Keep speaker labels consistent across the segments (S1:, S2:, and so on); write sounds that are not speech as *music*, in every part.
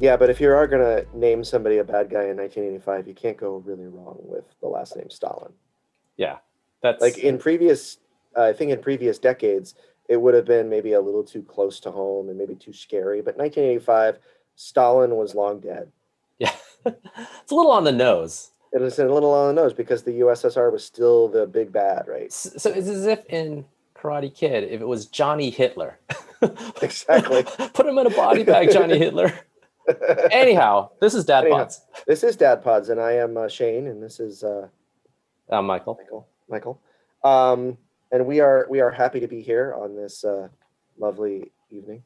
S1: Yeah, but if you are gonna name somebody a bad guy in 1985, you can't go really wrong with the last name Stalin.
S2: Yeah, that's
S1: Like in previous, uh, I think in previous decades, it would have been maybe a little too close to home and maybe too scary. But 1985, Stalin was long dead.
S2: *laughs* yeah, it's a little on the nose.
S1: It was a little on the nose because the USSR was still the big bad,
S2: *laughs*
S1: right? *laughs*
S2: S- So it's as if in Karate Kid, if it was Johnny Hitler,
S1: Exactly.
S2: *laughs* put him in a body bag,
S1: *laughs*
S2: Johnny Hitler. Anyhow, this is Dad
S1: Anyhow.
S2: Bots.
S1: this is Dad Pods, and I am uh, Shane, and this is uh,
S2: I'm Michael.
S1: Michael. Michael. Um, and we are we are happy to be here on this uh, lovely evening.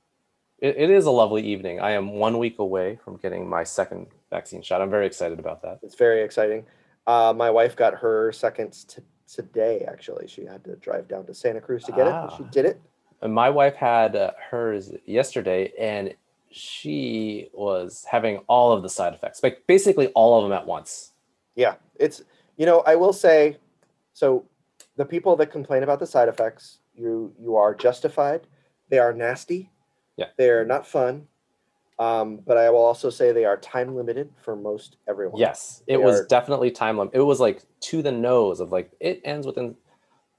S2: It, it is a lovely evening. I am one week away from getting my second vaccine shot. I'm very excited about that.
S1: It's very exciting. Uh, my wife got her second t- today. Actually, she had to drive down to Santa Cruz to get it.
S2: Ah.
S1: She did it.
S2: And my wife had uh, hers yesterday, and she was having all of the side effects, like basically all of them at once.
S1: Yeah, it's you know I will say, so the people that complain about the side effects, you you are justified. They are nasty.
S2: Yeah.
S1: they are not fun. Um, but I will also say they are time limited for most everyone.
S2: Yes, it
S1: They
S2: was
S1: are-
S2: definitely time limit. It was like to the nose of like it ends within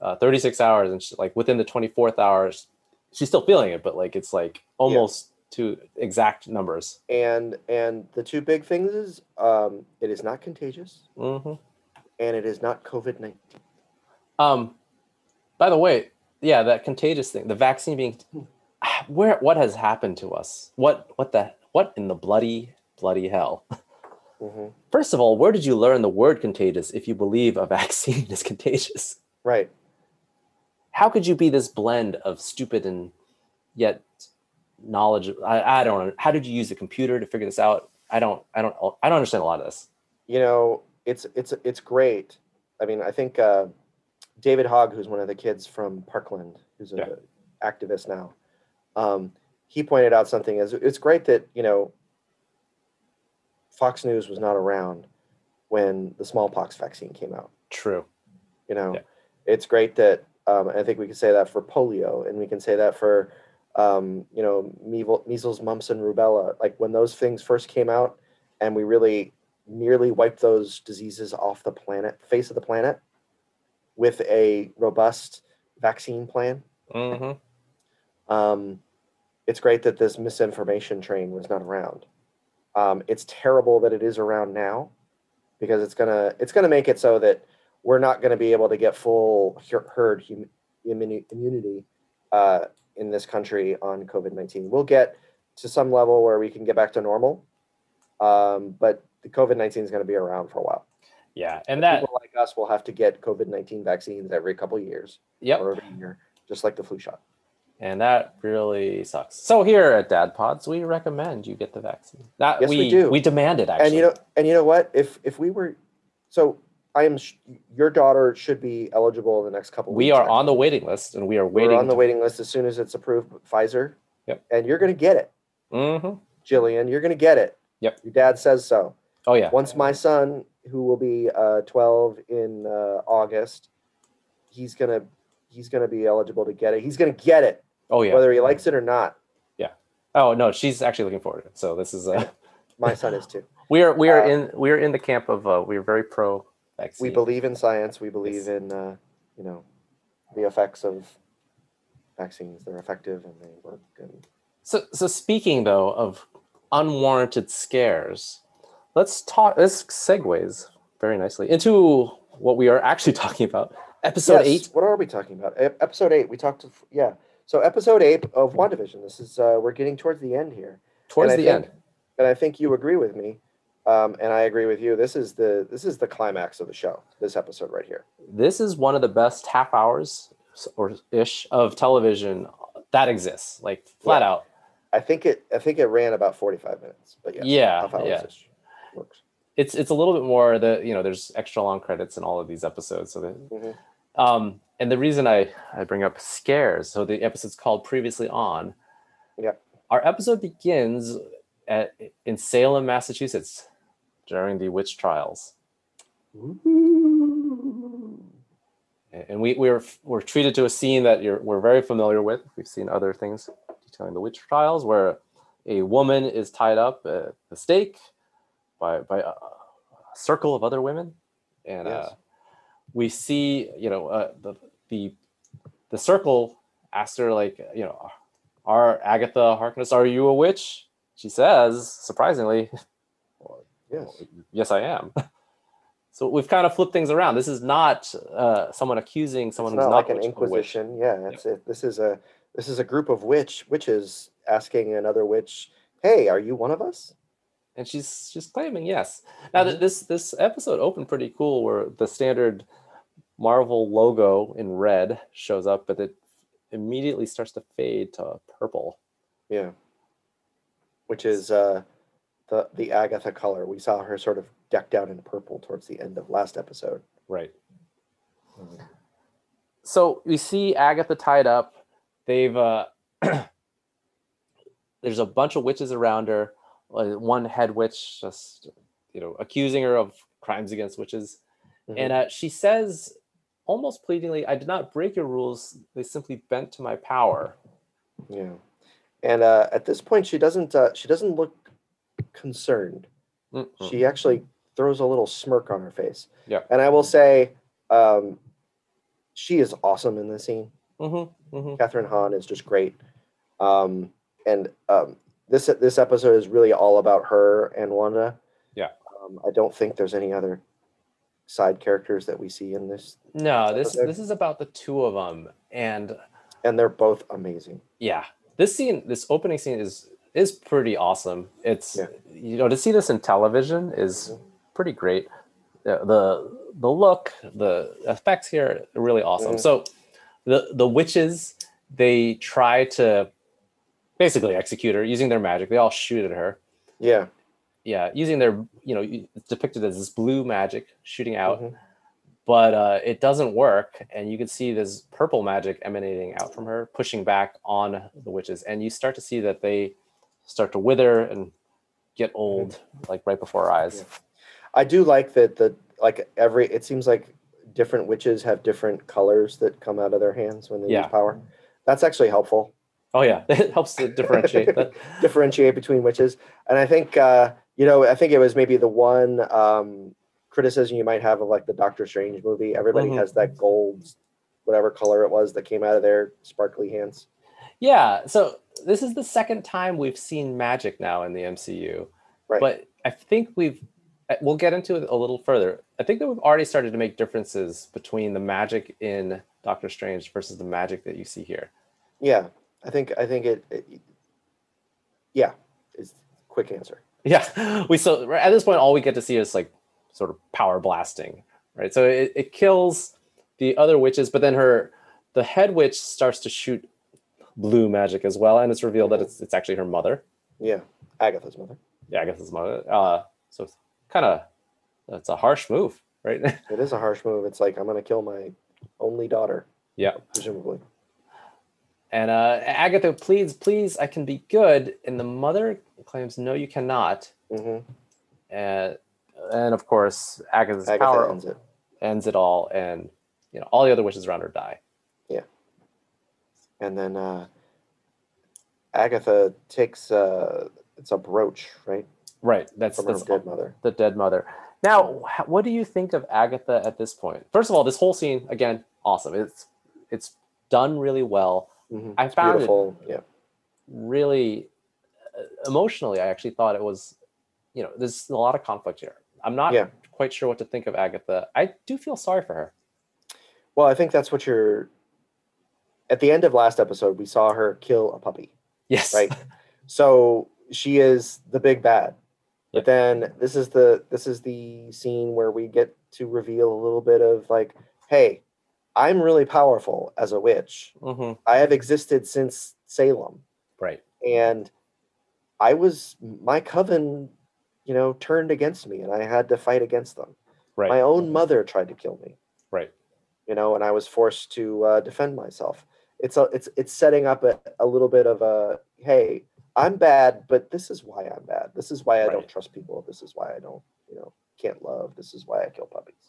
S2: uh, 36 hours, and she, like within the 24th hours, she's still feeling it, but like it's like almost to exact numbers.
S1: and and the two big things is um, it is not contagious
S2: hmm
S1: and it is not COVID nineteen.
S2: Um, by the way, yeah, that contagious thing, the vaccine being, *sighs* where what has happened to us? What what the what in the bloody bloody hell? First of all, where did you learn the word contagious if you believe a *laughs* vaccine is contagious?
S1: Right.
S2: How could you be this blend of stupid and yet knowledge? I, I don't know. How did you use the computer to figure this out? I don't I don't I don't understand a lot of this.
S1: you know, it's it's it's great. I mean, I think uh, David Hogg, who's one of the kids from Parkland, who's an
S2: Yeah.
S1: activist now, um, he pointed out something. Is it's great that you know Fox News was not around when the smallpox vaccine came out.
S2: True.
S1: You know,
S2: Yeah.
S1: it's great that um, I think we can say that for polio, and we can say that for um, you know meevil- measles, mumps, and rubella. Like when those things first came out, and we really nearly wiped those diseases off the planet, face of the planet, with a robust vaccine plan.
S2: hmm
S1: Um, it's great that this misinformation train was not around. Um, it's terrible that it is around now because it's gonna it's gonna make it so that we're not gonna be able to get full her- herd hum, immuni- immunity uh, in this country on COVID nineteen. We'll get to some level where we can get back to normal, um, but the COVID nineteen is gonna be around for a while.
S2: Yeah, and that
S1: People like us will have to get COVID nineteen vaccines every couple years
S2: yep.
S1: or every year, just like the flu shot.
S2: And that really sucks. So here at Dad Pods, we recommend you get the vaccine. That
S1: Yes,
S2: we,
S1: we do.
S2: We demand it actually.
S1: and you know and you know what if if we were so i am sh- your daughter should be eligible in the next couple
S2: we
S1: weeks,
S2: are on the waiting list, and we are
S1: actually.
S2: waiting.
S1: we're on the waiting list as soon as it's approved with pfizer
S2: Yep.
S1: and you're going to get it
S2: Mhm.
S1: jillian you're going to get it
S2: Yep.
S1: your dad says so
S2: Oh yeah.
S1: once my son who will be uh, 12 in uh, august he's going to he's going to be eligible to get it he's going to get it
S2: Oh yeah.
S1: whether he likes it or not
S2: Oh no, she's actually looking forward to it. So this is
S1: *laughs*
S2: uh,
S1: my son is too
S2: we are we are
S1: Uh,
S2: in we are in the camp of uh, we are very pro vaccine.
S1: we believe in science we believe
S2: Yes.
S1: in uh, you know the effects of vaccines they're effective and they work and
S2: So so speaking though of unwarranted scares, let's talk. This segues very nicely into what we are actually *laughs* talking about.
S1: Yes,
S2: Episode eight.
S1: what are we talking about E- episode eight we talked to yeah so episode eight of wandavision this is uh, we're getting towards the end here
S2: Towards
S1: and I
S2: the
S1: think-
S2: end.
S1: and i think you agree with me um, and i agree with you this is the this is the climax of the show this episode right here
S2: this is one of the best half hours or ish of television that exists like flat
S1: Yeah.
S2: out
S1: i think it i think it ran about 45 minutes but yes,
S2: Yeah,
S1: half hours
S2: yeah.
S1: works
S2: it's it's a little bit more the you know there's extra long credits in all of these episodes so that
S1: Mhm.
S2: um and the reason i i bring up scares so the episode's called previously on
S1: Yeah.
S2: our episode begins at in salem massachusetts during the witch trials and we we're we're treated to a scene that you're we're very familiar with. We've seen other things detailing the witch trials, where a woman is tied up at the stake by by a, a circle of other women, and
S1: Yes.
S2: uh, we see you know uh, the the the circle asks her like you know, are Agatha Harkness, are you a witch? She says surprisingly,
S1: Yes.
S2: yes, I am. So we've kind of flipped things around. This is not uh, someone accusing someone
S1: it's not
S2: who's not
S1: like an
S2: witch- a witch.
S1: inquisition. Yeah, it's it, this is a this is a group of witch witches asking another witch, "Hey, are you one of us?"
S2: and she's she's claiming yes. Now
S1: Mm-hmm.
S2: that this this episode opened pretty cool, where the standard Marvel logo in red shows up, but it immediately starts to fade to purple.
S1: Yeah. Which is uh, the the Agatha color. We saw her sort of decked out in purple towards the end of last episode.
S2: Right. So we see Agatha tied up. They've uh, *clears throat* there's a bunch of witches around her. uh, One head witch just you know accusing her of crimes against witches.
S1: Mhm.
S2: and uh, she says almost pleadingly i did not break your rules they simply bent to my power
S1: Yeah, and uh, at this point, she doesn't uh, she doesn't look concerned.
S2: Mm-mm.
S1: She actually throws a little smirk on her face.
S2: Yeah.
S1: and I will say, um, she is awesome in this scene.
S2: Mhm, mhm.
S1: Catherine Hahn is just great. Um, and um, this this episode is really all about her and Wanda.
S2: Yeah.
S1: Um, I don't think there's any other side characters that we see in this,
S2: no this
S1: Okay.
S2: this is about the two of them and
S1: and they're both amazing.
S2: yeah this scene this opening scene is is pretty awesome it's
S1: Yeah.
S2: you know to see this in television is pretty great the the, the look the effects here are really awesome
S1: Mhm.
S2: so the the witches they try to basically execute her using their magic they all shoot at her
S1: Yeah.
S2: yeah using their you know y- it's depicted as this blue magic shooting out
S1: Mhm.
S2: but uh, it doesn't work and you can see this purple magic emanating out from her pushing back on the witches and you start to see that they start to wither and get old like right before our eyes
S1: I do like that the like every it seems like different witches have different colors that come out of their hands when they
S2: Yeah.
S1: use power. That's actually helpful.
S2: oh yeah *laughs* it helps to differentiate that
S1: differentiate between witches. And I think uh, you know, I think it was maybe the one um, criticism you might have of like the Doctor Strange movie. Everybody
S2: Mhm.
S1: has that gold, whatever color it was that came out of their sparkly hands.
S2: yeah so this is the second time we've seen magic now in the mcu
S1: Right.
S2: but i think we've uh, we'll get into it a little further i think that we've already started to make differences between the magic in doctor strange versus the magic that you see here
S1: Yeah, I think I think it. it yeah, is quick answer.
S2: yeah *laughs* we so right at this point all we get to see is like sort of power blasting right so it, it kills the other witches but then her the head witch starts to shoot blue magic as well and it's revealed that it's, it's actually her mother
S1: Yeah, Agatha's mother.
S2: yeah i guess it's mother uh so it's kind of it's a harsh move right *laughs*
S1: It is a harsh move. It's like I'm gonna kill my only daughter,
S2: yeah
S1: presumably.
S2: And uh, Agatha pleads, please, I can be good. And the mother claims, no, you cannot.
S1: hmm
S2: And, and of course, Agatha's
S1: Agatha
S2: power
S1: ends it.
S2: ends it all. And you know, all the other witches around her die.
S1: and then uh, Agatha takes uh, it's a brooch, right,
S2: Right. That's,
S1: from her
S2: that's
S1: dead mother.
S2: the dead mother. Now, wh- what do you think of Agatha at this point? First of all, this whole scene, again, awesome. It's, it's done really well.
S1: Mhm.
S2: I
S1: It's
S2: found it
S1: beautiful. Yeah,
S2: really uh, emotionally i actually thought it was you know there's a lot of conflict here i'm not
S1: Yeah.
S2: quite sure what to think of agatha i do feel sorry for her *laughs*
S1: well, I think that's what you're. At the end of last episode, we saw her kill a puppy,
S2: yes *laughs*
S1: right? so she is the big bad.
S2: Yeah.
S1: But then this is the this is the scene where we get to reveal a little bit of like, hey, I'm really powerful as a witch.
S2: hmm
S1: I have existed since Salem.
S2: right
S1: and I was my coven, you know, turned against me, and I had to fight against them.
S2: right
S1: My own mother tried to kill me,
S2: right
S1: you know, and I was forced to uh, defend myself. It's a, it's it's setting up a, a little bit of a hey, I'm bad, but this is why I'm bad. This is why I
S2: Right.
S1: don't trust people. This is why I don't, you know, can't love. This is why I kill puppies.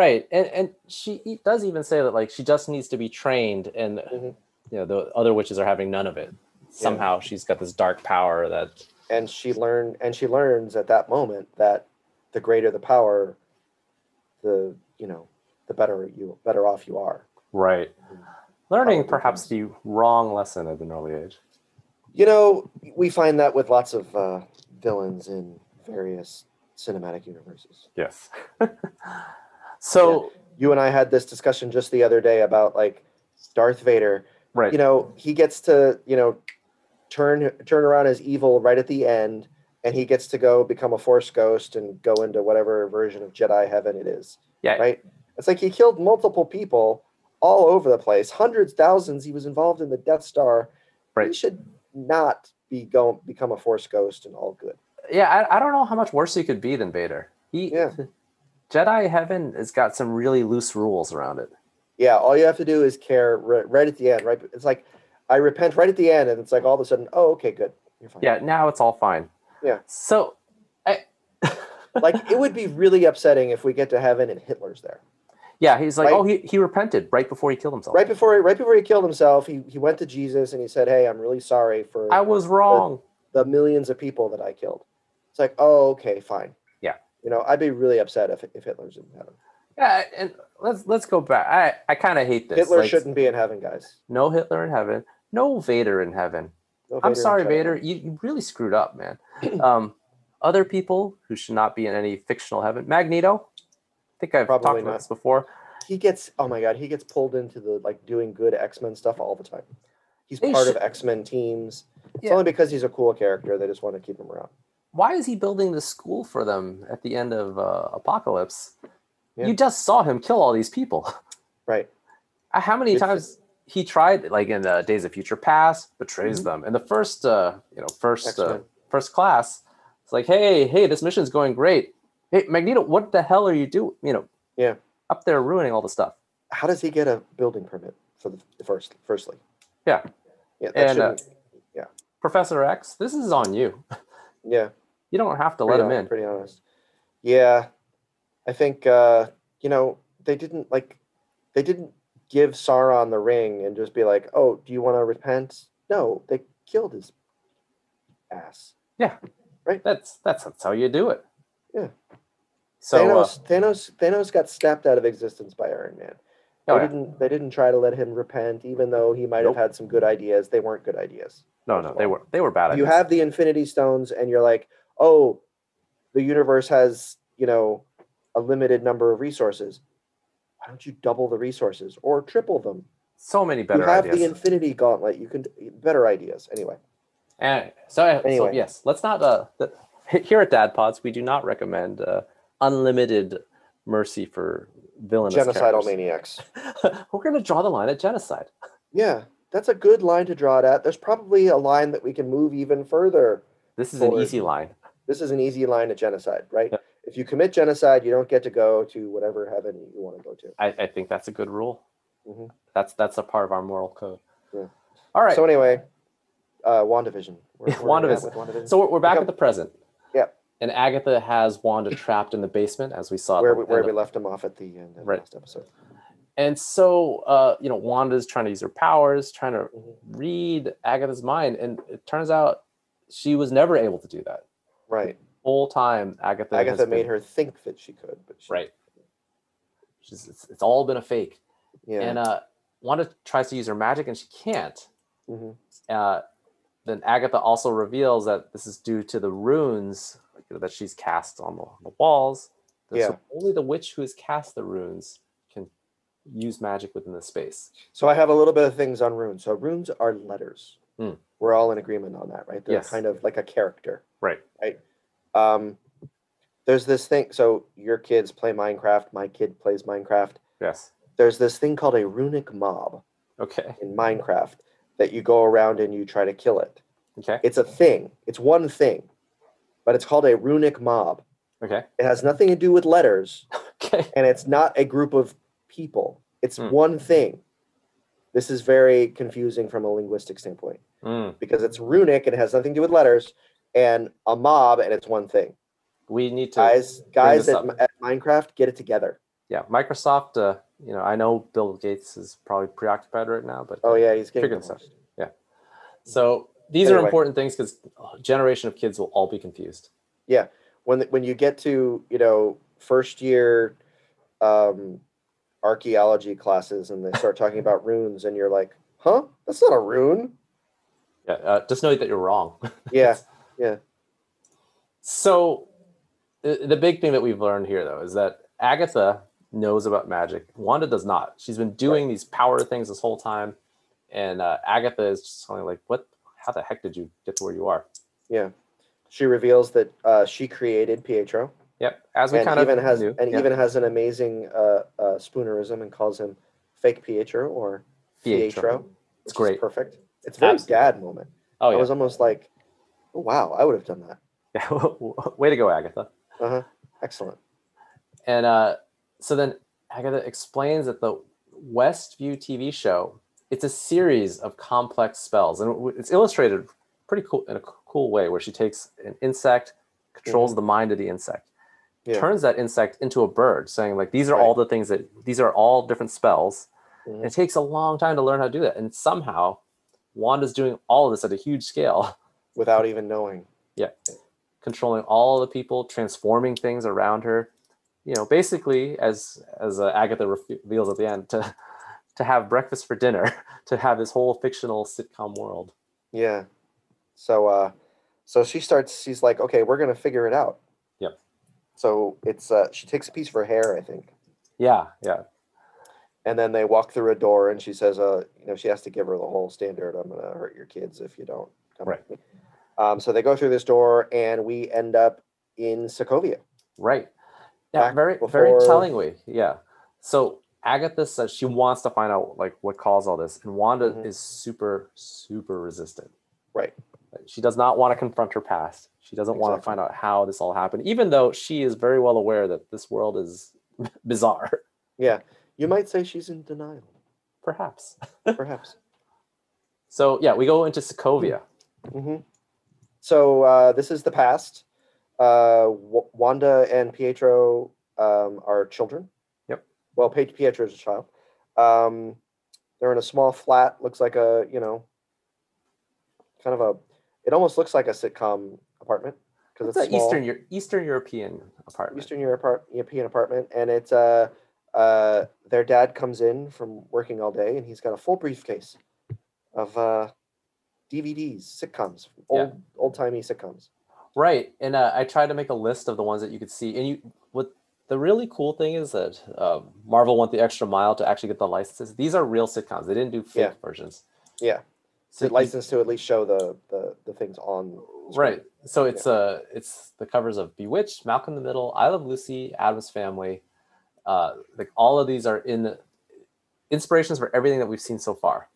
S2: right and and she e- does even say that like she just needs to be trained and
S1: Mhm.
S2: you know the other witches are having none of it somehow she's got this dark power that
S1: and she learn and she learns at that moment that the greater the power the you know the better you better off you are
S2: right learning
S1: Probably
S2: perhaps the wrong lesson at an early age
S1: you know we find that with lots of uh, villains in various cinematic universes
S2: yes *laughs* so
S1: you and i had this discussion just the other day about like darth vader
S2: right
S1: you know he gets to you know turn turn around as evil right at the end and he gets to go become a force ghost and go into whatever version of jedi heaven it is
S2: yeah
S1: right? It's like he killed multiple people all over the place, hundreds, thousands. He was involved in the Death Star. He
S2: Right.
S1: should not be going become a Force ghost and all good.
S2: yeah I, I don't know how much worse he could be than vader he
S1: Yeah.
S2: jedi heaven has got some really loose rules around it
S1: Yeah, all you have to do is care ri- right at the end. Right, it's like I repent right at the end, and it's like all of a sudden, oh, okay, good, you're fine.
S2: yeah now it's all fine
S1: Yeah.
S2: so
S1: like it would be really upsetting if we get to heaven and Hitler's there.
S2: yeah he's like
S1: Right.
S2: oh he, he repented right before he killed himself
S1: Right before, right before he killed himself, he he went to Jesus and he said, "Hey, I'm really sorry for
S2: i was wrong
S1: the millions of people that I killed. It's like, oh, okay, fine.
S2: Yeah.
S1: You know, I'd be really upset if, if Hitler's in heaven.
S2: yeah and let's let's go back i i kind of hate this
S1: Hitler
S2: Like,
S1: shouldn't be in heaven, guys.
S2: no hitler in heaven no vader in heaven
S1: No
S2: I'm
S1: Vader in
S2: sorry,
S1: heaven.
S2: Vader. You, you really screwed up,
S1: *clears throat*
S2: man. Um, other people who should not be in any fictional heaven. Magneto. I think I've
S1: Probably
S2: talked about
S1: not.
S2: this before.
S1: He gets, oh my God, he gets pulled into the like doing good X Men stuff all the time. He's
S2: They
S1: part
S2: should-
S1: of X Men teams. It's
S2: Yeah.
S1: only because he's a cool character. They just want to keep him around.
S2: Why is he building the school for them at the end of uh, Apocalypse?
S1: Yeah.
S2: You just saw him kill all these people. *laughs*
S1: Right.
S2: Uh, How many
S1: It's
S2: times he tried, like in uh, Days of Future Past, betrays
S1: Mhm.
S2: them. In the first, uh, you know, first uh,
S1: X-Men.
S2: first class, it's like, hey, hey, this mission's going great. Hey, Magneto, what the hell are you doing? You know,
S1: Yeah.
S2: up there ruining all the stuff.
S1: How does he get a building permit for the the first, firstly?
S2: Yeah.
S1: Yeah. That
S2: And, uh,
S1: shouldn't,
S2: Professor X, this is on you.
S1: yeah.
S2: You don't have to let
S1: pretty
S2: him
S1: hon-
S2: in.
S1: Pretty honest. Yeah, I think uh, you know they didn't like they didn't give Sauron the ring and just be like, "Oh, do you want to repent?" No, they killed his ass.
S2: That's that's that's how you do it.
S1: Yeah.
S2: So uh,
S1: Thanos, Thanos, Thanos got snapped out of existence by Iron Man. They
S2: oh, yeah.
S1: didn't. They didn't try to let him repent, even though he might
S2: Nope.
S1: have had some good ideas. They weren't good ideas.
S2: no, no, they were they were bad.
S1: you
S2: ideas.
S1: have the infinity stones and you're like oh the universe has you know a limited number of resources why don't you double the resources or triple them
S2: so many better
S1: you have
S2: ideas.
S1: the infinity gauntlet you can better ideas anyway
S2: and so, uh, so
S1: Anyway.
S2: yes, let's not. Uh, the, here at Dad Pods, we do not recommend uh, unlimited mercy for villainous
S1: genocidal
S2: characters.
S1: maniacs
S2: *laughs* we're going to draw the line at genocide.
S1: yeah that's a good line to draw it at there's probably a line that we can move even further
S2: This is an
S1: Forward.
S2: easy line.
S1: this is an easy line to genocide right
S2: Yeah.
S1: if you commit genocide you don't get to go to whatever heaven you want to go to
S2: I, I think that's a good rule.
S1: Mhm.
S2: That's that's a part of our moral code.
S1: Yeah.
S2: All right.
S1: so
S2: So,
S1: anyway uh wandavision Where-
S2: Yeah,
S1: where are we at
S2: WandaVision.
S1: with WandaVision?
S2: we're, we're back
S1: Pick
S2: at the present.
S1: Yep.
S2: And Agatha has Wanda
S1: *clears throat*
S2: trapped in the basement, as we saw. at
S1: where
S2: the
S1: we, where
S2: end
S1: we
S2: of-
S1: left him off at the end of
S2: Right.
S1: last episode.
S2: And so, uh, you know, Wanda's trying to use her powers, trying to
S1: Mhm.
S2: read Agatha's mind, and it turns out she was never able to do that.
S1: Right.
S2: Whole time, Agatha. has
S1: Agatha made
S2: been-
S1: her think that she could, but she,
S2: right. She's, it's, it's all been a fake,
S1: Yeah.
S2: and uh, Wanda tries to use her magic, and she can't.
S1: Mhm.
S2: uh, then Agatha also reveals that this is due to the runes that she's cast on the, the walls. That so
S1: Yeah.
S2: Only the witch who has cast the runes can use magic within the space.
S1: So I have a little bit of things on runes. So runes are letters.
S2: Hmm.
S1: We're all in agreement on that, right? They're
S2: Yes.
S1: kind of like a character.
S2: Right.
S1: Right. Um, there's this thing. So your kids play Minecraft. My kid plays Minecraft.
S2: Yes.
S1: There's this thing called a runic mob
S2: Okay.
S1: in Minecraft that you go around and you try to kill it.
S2: Okay.
S1: It's a thing. It's one thing, but it's called a runic mob.
S2: Okay.
S1: It has nothing to do with letters.
S2: Okay.
S1: and it's not a group of people. It's
S2: Hmm.
S1: one thing. This is very confusing from a linguistic standpoint
S2: Mm.
S1: because it's runic and it has nothing to do with letters, and a mob and it's one thing.
S2: We need to.
S1: Guys, guys
S2: this
S1: at, at Minecraft, get it together.
S2: yeah. Microsoft. Uh, you know, I know Bill Gates is probably preoccupied right now, but
S1: Oh yeah, Oh, he's getting
S2: Figure this out.
S1: divorced.
S2: so these are
S1: Anyway.
S2: important things because generation of kids will all be confused.
S1: when when you get to you know first year um, archaeology classes and they start talking about *laughs* runes and you're like, huh, that's not a rune.
S2: Yeah, uh, just know that you're wrong.
S1: Yeah,
S2: So, the the big thing that we've learned here, though, is that Agatha knows about magic. Wanda does not. She's been doing these power things this whole time, and uh, Agatha is just kind of like, "What? How the heck did you get to where you are?"
S1: she reveals that uh, she created Pietro
S2: Yep. As we
S1: and
S2: kind
S1: even
S2: of
S1: has
S2: knew.
S1: and
S2: yeah.
S1: even has an amazing uh, uh, spoonerism and calls him fake Pietro or Pietro.
S2: It's
S1: which is
S2: great.
S1: perfect. It's a very
S2: Absolutely.
S1: dad moment.
S2: Oh
S1: I
S2: yeah.
S1: was almost like, oh, wow, I would have done that.
S2: yeah. *laughs* Way to go, Agatha.
S1: Uh huh. Excellent.
S2: And uh, so then Agatha explains that the Westview TV show it's a series of complex spells, and w- it's illustrated pretty cool in a c- cool way where she takes an insect, controls the mind of the insect,
S1: Mm-hmm. Yeah.
S2: turns that insect into a bird, saying like these are
S1: Right.
S2: all the things that these are all different spells.
S1: Mhm.
S2: And it takes a long time to learn how to do that, and somehow Wanda's doing all of this at a huge scale,
S1: Without even knowing.
S2: controlling all the people, transforming things around her. You know, basically, as as uh, Agatha refe- reveals at the end, to *laughs* to have breakfast for dinner, *laughs* to have this whole fictional sitcom world.
S1: Yeah. So uh so she starts she's like, okay, we're gonna figure it out.
S2: Yep.
S1: So it's uh she takes a piece of her hair, I think.
S2: Yeah, yeah,
S1: And then they walk through a door and she says, uh, you know, she has to give her the whole standard, I'm gonna hurt your kids if you don't come
S2: Right.
S1: with me. Um so they go through this door and we end up in Sokovia.
S2: right. Yeah,
S1: Back
S2: very
S1: before-
S2: very tellingly. Yeah. So Agatha says she wants to find out like what caused all this, and Wanda
S1: Mhm.
S2: is super super resistant.
S1: Right.
S2: Like, She does not want to confront her past. She doesn't want to
S1: Exactly.
S2: find out how this all happened, even though she is very well aware that this world is *laughs* bizarre.
S1: Yeah. You might say she's in denial,
S2: perhaps.
S1: perhaps.
S2: So yeah, we go into Sokovia. Mm-hmm.
S1: hmm So uh, this is the past. Uh, W- Wanda and Pietro um, are children.
S2: Yep.
S1: Well, Pi- Pietro is a child. Um, they're in a small flat. Looks like a you know, kind of a. It almost looks like a sitcom apartment because
S2: It's
S1: it's,
S2: an
S1: small.
S2: Eastern Eu- Eastern European apartment.
S1: Eastern Europe, apart- European apartment, and it's uh, uh, their dad comes in from working all day, and he's got a full briefcase of uh, DVDs, sitcoms,
S2: Yeah.
S1: old old timey sitcoms.
S2: Right, and uh, I tried to make a list of the ones that you could see. And you, what the really cool thing is that uh, Marvel went the extra mile to actually get the licenses. These are real sitcoms; they didn't do
S1: Yeah.
S2: fake versions.
S1: Yeah,
S2: So
S1: the
S2: you-
S1: license to at least show the the, the things on. screen.
S2: right? So it's uh, it's the covers of Bewitched, Malcolm in the Middle, I Love Lucy, Adam's Family. Uh, like all of these are in the inspirations for everything that we've seen so far.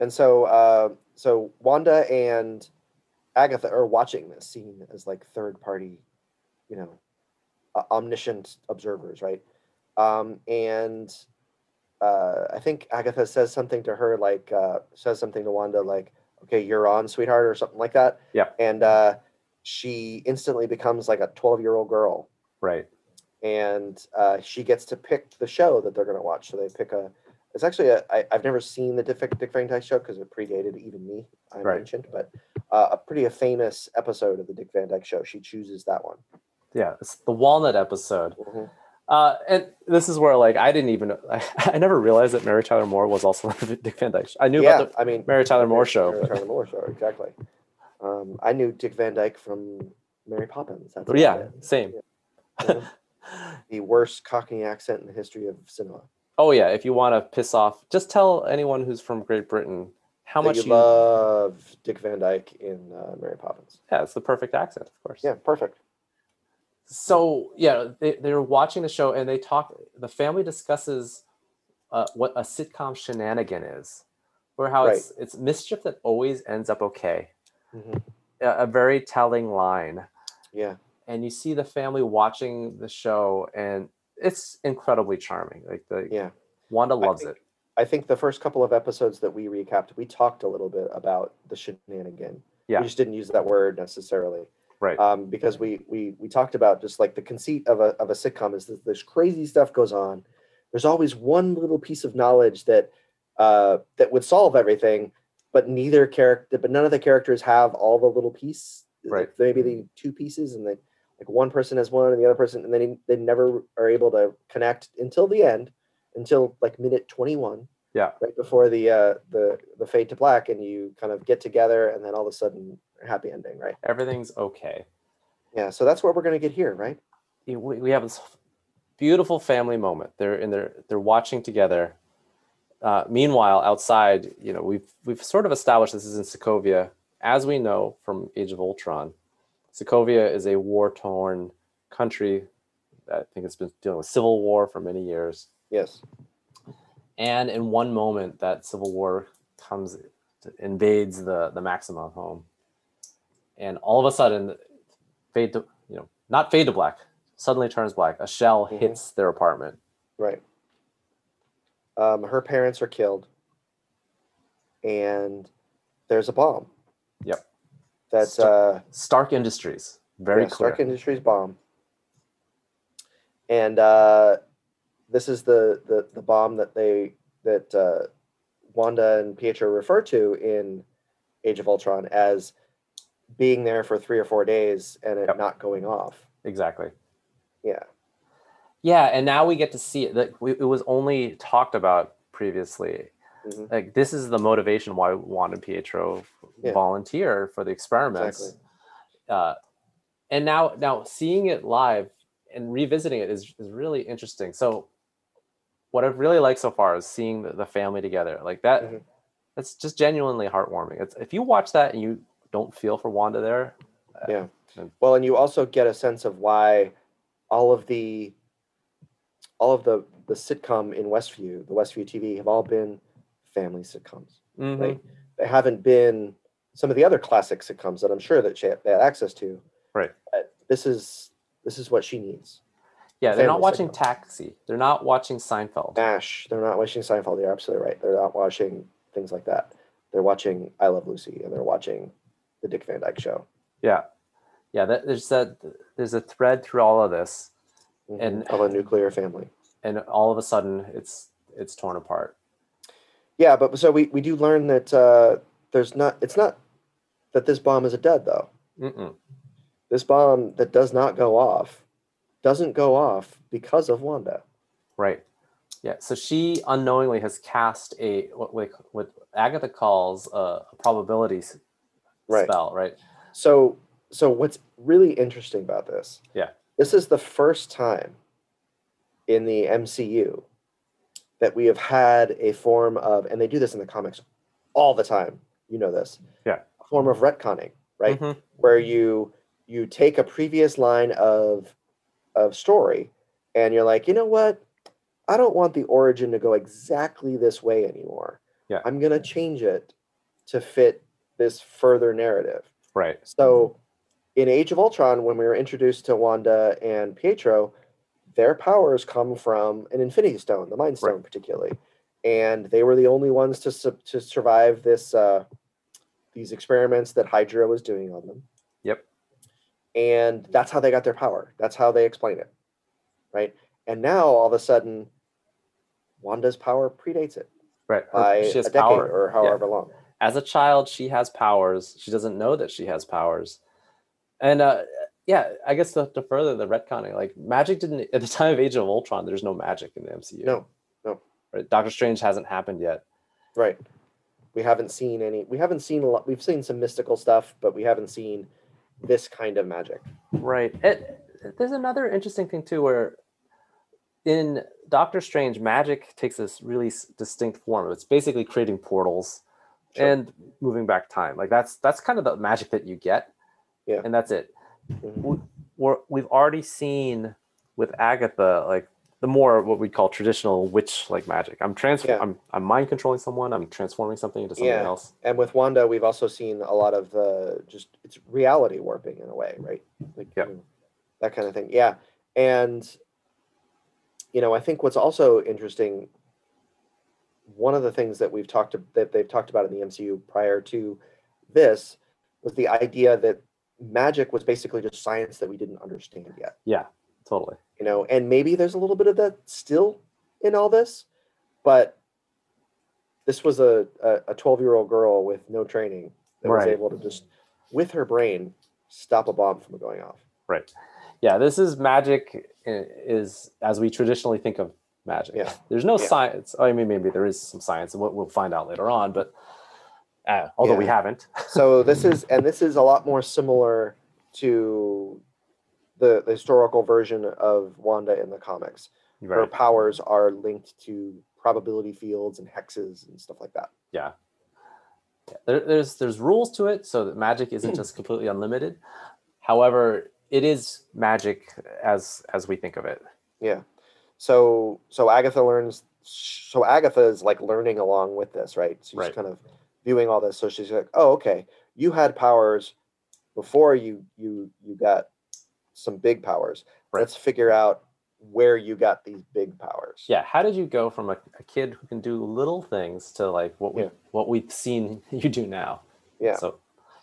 S1: And so uh, so Wanda and Agatha are watching this scene as like third party, you know, uh, omniscient observers, right? Um, and uh, I think Agatha says something to her like uh, says something to Wanda like, "Okay, you're on, sweetheart," or something like that.
S2: Yeah.
S1: And uh, she instantly becomes like a twelve year old girl.
S2: Right.
S1: and uh, she gets to pick the show that they're going to watch. So they pick a. It's actually a. I, I've never seen the Dick, Dick Van Dyke Show because it predated even me. I
S2: Right.
S1: mentioned, but uh, a pretty famous episode of the Dick Van Dyke Show. She chooses that one.
S2: Yeah, it's the Walnut episode. Uh, and this is where like I didn't even I, *laughs* I never realized that Mary Tyler Moore was also *laughs* the Dick Van Dyke. Show. I knew
S1: yeah,
S2: about
S1: I mean
S2: the Mary Tyler Moore
S1: Mary-
S2: show,
S1: Mary
S2: but
S1: Tyler Moore Show exactly. Um, I knew Dick Van Dyke from Mary Poppins. That's about
S2: but yeah,
S1: it.
S2: same.
S1: Mhm. *laughs* the worst Cockney accent in the history of cinema.
S2: Oh yeah, if you want to piss off, just tell anyone who's from Great Britain how
S1: That
S2: much
S1: you,
S2: you,
S1: love Dick Van Dyke in uh, Mary Poppins?
S2: Yeah, it's the perfect accent, of course.
S1: Yeah, perfect.
S2: so yeah they, they're watching the show and they talk the family discusses uh, what a sitcom shenanigan is or how it's it's mischief that always ends up okay
S1: Mhm.
S2: a, a very telling line
S1: Yeah,
S2: and you see the family watching the show and it's incredibly charming like the
S1: yeah.
S2: wanda loves
S1: think-
S2: it
S1: I think the first couple of episodes that we recapped, we talked a little bit about the shenanigan.
S2: Yeah.
S1: We just didn't use that word necessarily.
S2: Right.
S1: Um, because we we we talked about just like the conceit of a of a sitcom is that this crazy stuff goes on. There's always one little piece of knowledge that uh, that would solve everything, but neither character, but none of the characters have all the little piece.
S2: Right.
S1: Maybe the two pieces, and then like one person has one, and the other person, and then they never are able to connect until the end, until like minute twenty one.
S2: Yeah.
S1: Right before the uh, the the fade to black, and you kind of get together, and then all of a sudden, happy ending, right?
S2: Everything's okay.
S1: Yeah. So that's what we're gonna get here, right?
S2: You- We we have this beautiful family moment. They're in their they're watching together. Uh, meanwhile, outside, you know, we've we've sort of established this is in Sokovia, as we know from Age of Ultron. Sokovia is a war torn country. I think it's been dealing with civil war for many years.
S1: Yes.
S2: and in one moment that civil war comes invades the the maximum home and all of a sudden fade to you know not fade to black suddenly turns black a shell
S1: Mhm.
S2: hits their apartment
S1: Right. Um, her parents are killed, and there's a bomb.
S2: Yep.
S1: That's uh,
S2: Stark- stark industries very
S1: yeah,
S2: clear
S1: Stark Industries bomb. And uh, this is the, the the bomb that they that uh, Wanda and Pietro refer to in Age of Ultron as being there for three or four days and it
S2: Yep.
S1: not going off.
S2: exactly
S1: Yeah.
S2: yeah and now we get to see it that we, it was only talked about previously
S1: Mhm.
S2: like this is the motivation why Wanda and Pietro
S1: Yeah.
S2: volunteer for the experiments
S1: Exactly.
S2: uh, and now now seeing it live and revisiting it is, is really interesting so what i've really liked so far is seeing the, the family together like that
S1: Mhm.
S2: that's just genuinely heartwarming it's, if you watch that and you don't feel for wanda there
S1: Well, and you also get a sense of why all of the all of the the sitcom in Westview, the Westview TV, have all been family sitcoms. Right. They haven't been some of the other classic sitcoms that I'm sure that she had, they had access to.
S2: Right.
S1: But this is this is what she needs.
S2: yeah they're not
S1: Family
S2: watching
S1: sitcom.
S2: taxi they're not watching seinfeld
S1: Nash. They're not watching Seinfeld. You're absolutely right. They're not watching things like that. They're watching I Love Lucy and they're watching the Dick Van Dyke Show.
S2: yeah that, there's that there's a thread through all of this
S1: Mhm.
S2: And-
S1: of a nuclear family.
S2: and all of a sudden it's it's torn apart
S1: Yeah, but so we, we do learn that uh, there's not it's not that this bomb is a dud though.
S2: Mm-mm.
S1: This bomb that does not go off doesn't go off because of Wanda.
S2: Right. Yeah. So she unknowingly has cast a what we, what Agatha calls a probability s-
S1: Right.
S2: spell. Right.
S1: So so what's really interesting about this?
S2: Yeah.
S1: This is the first time in the MCU that we have had a form of and they do this in the comics all the time. You know this.
S2: Yeah.
S1: A form of retconning, right?
S2: Mhm.
S1: where you you take a previous line of of story and you're like you know what i don't want the origin to go exactly this way anymore
S2: Yeah.
S1: i'm going to change it to fit this further narrative
S2: Right.
S1: so in age of ultron when we were introduced to wanda and pietro their powers come from an infinity stone the mind stone particularly and they were the only ones to, su- to survive this uh, these experiments that hydra was doing on them
S2: Yep.
S1: and that's how they got their power. That's how they explain it, right? And now all of a sudden, Wanda's power predates it
S2: Right. Her-
S1: by
S2: she
S1: a
S2: has
S1: decade
S2: power.
S1: or however long.
S2: As a child, she has powers. She doesn't know that she has powers. And uh, yeah, I guess to, to further the retconning, like magic didn't at the time of Age of Ultron. There's no magic in the MCU.
S1: No, no.
S2: Right? Doctor Strange hasn't happened yet.
S1: Right. We haven't seen any. We haven't seen a lot. We've seen some mystical stuff, but we haven't seen this kind of magic.
S2: Right. It, there's another interesting thing too, where in Doctor Strange, magic takes this really s- distinct form. It's basically creating portals
S1: Sure.
S2: and moving back time. Like that's that's kind of the magic that you get.
S1: Yeah.
S2: And that's it.
S1: Mhm.
S2: We, we're, we've already seen with Agatha like the more what we call traditional witch like magic. I'm trans.
S1: Yeah.
S2: I'm I'm mind controlling someone. I'm transforming something into something
S1: Yeah.
S2: else.
S1: and with Wanda, we've also seen a lot of the just it's reality warping in a way, right? Like
S2: Yeah.
S1: you know, that kind of thing. Yeah, and you know, I think what's also interesting, one of the things that we've talked that they've talked about in the MCU prior to this was the idea that magic was basically just science that we didn't understand yet
S2: Totally.
S1: you know and maybe there's a little bit of that still in all this but this was a a 12 year old girl with no training that was
S2: Right.
S1: able to just with her brain stop a bomb from going off.
S2: Right. Yeah, this is magic i- is as we traditionally think of magic.
S1: Yeah.
S2: There's no
S1: Yeah.
S2: science. I mean, maybe there is some science, and what we'll find out later on. But uh, although we
S1: Yeah.
S2: haven't,
S1: So this is and this is a lot more similar to the, the historical version of Wanda in the comics. Her
S2: right?
S1: powers are linked to probability fields and hexes and stuff like that.
S2: There, there's there's rules to it, so that
S1: *clears throat*
S2: magic isn't just completely unlimited. However, it is magic as as we think of it.
S1: Yeah. So so Agatha learns so Agatha is like learning along with this, right? She's
S2: Right.
S1: kind of viewing all this. So she's like, oh, okay, you had powers before you you you got some big powers.
S2: Right.
S1: Let's figure out where you got these big powers.
S2: Yeah. How did you go from a, a kid who can do little things to like what we
S1: Yeah.
S2: what we've seen *laughs* you do now?
S1: Yeah.
S2: So,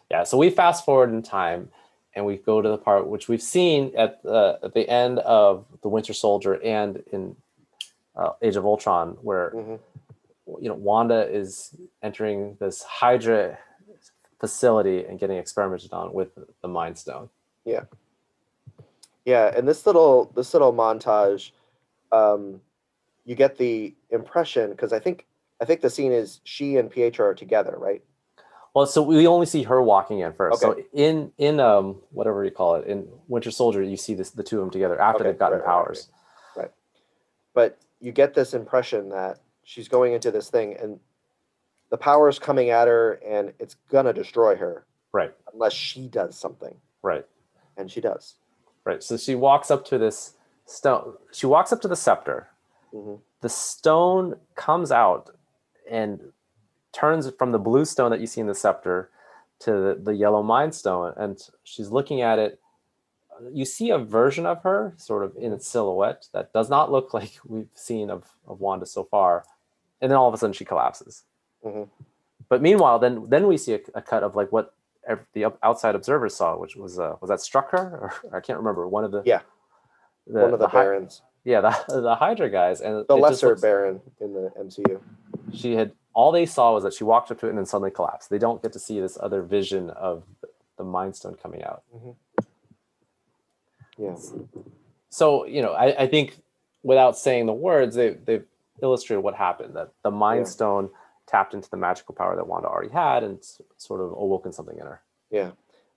S2: yeah. So we fast forward in time, and we go to the part which we've seen at the at the end of the Winter Soldier and in uh, Age of Ultron, where
S1: Mhm.
S2: you know Wanda is entering this Hydra facility and getting experimented on with the Mind Stone.
S1: Yeah, and this little this little montage, um, you get the impression because I think I think the scene is she and Pietro are together, right?
S2: Well, so we only see her walking in first. So in in um whatever you call it in Winter Soldier, you see this the two of them together after
S1: Okay,
S2: they've gotten
S1: right, right, right,
S2: powers.
S1: But you get this impression that she's going into this thing and the power's coming at her and it's gonna destroy her
S2: Right,
S1: unless she does something,
S2: right,
S1: and she does.
S2: right. So she walks up to this stone. She walks up to the scepter.
S1: hmm
S2: The stone comes out and turns from the blue stone that you see in the scepter to the, the yellow mind stone, and she's looking at it. You see a version of her, sort of in its silhouette, that does not look like we've seen of, of Wanda so far. And then all of a sudden, she collapses.
S1: Mhm.
S2: But meanwhile, then then we see a, a cut of like what ev- the up- outside observers saw, which was uh, was that struck her, or I can't remember one of the
S1: Yeah.
S2: the,
S1: One of the,
S2: the Hy-
S1: barons,
S2: yeah the, *laughs* the Hydra guys and
S1: the
S2: it just
S1: lesser
S2: looks-
S1: baron in the MCU.
S2: she had all they saw was that she walked up to it and then suddenly collapsed. They don't get to see this other vision of the Mind Stone coming out. Mm-hmm.
S1: Yeah,
S2: So you know, I, I think without saying the words, they they've illustrated what happened. That the Mind
S1: Yeah.
S2: Stone tapped into the magical power that Wanda already had and s- sort of awoken something in her.
S1: yeah,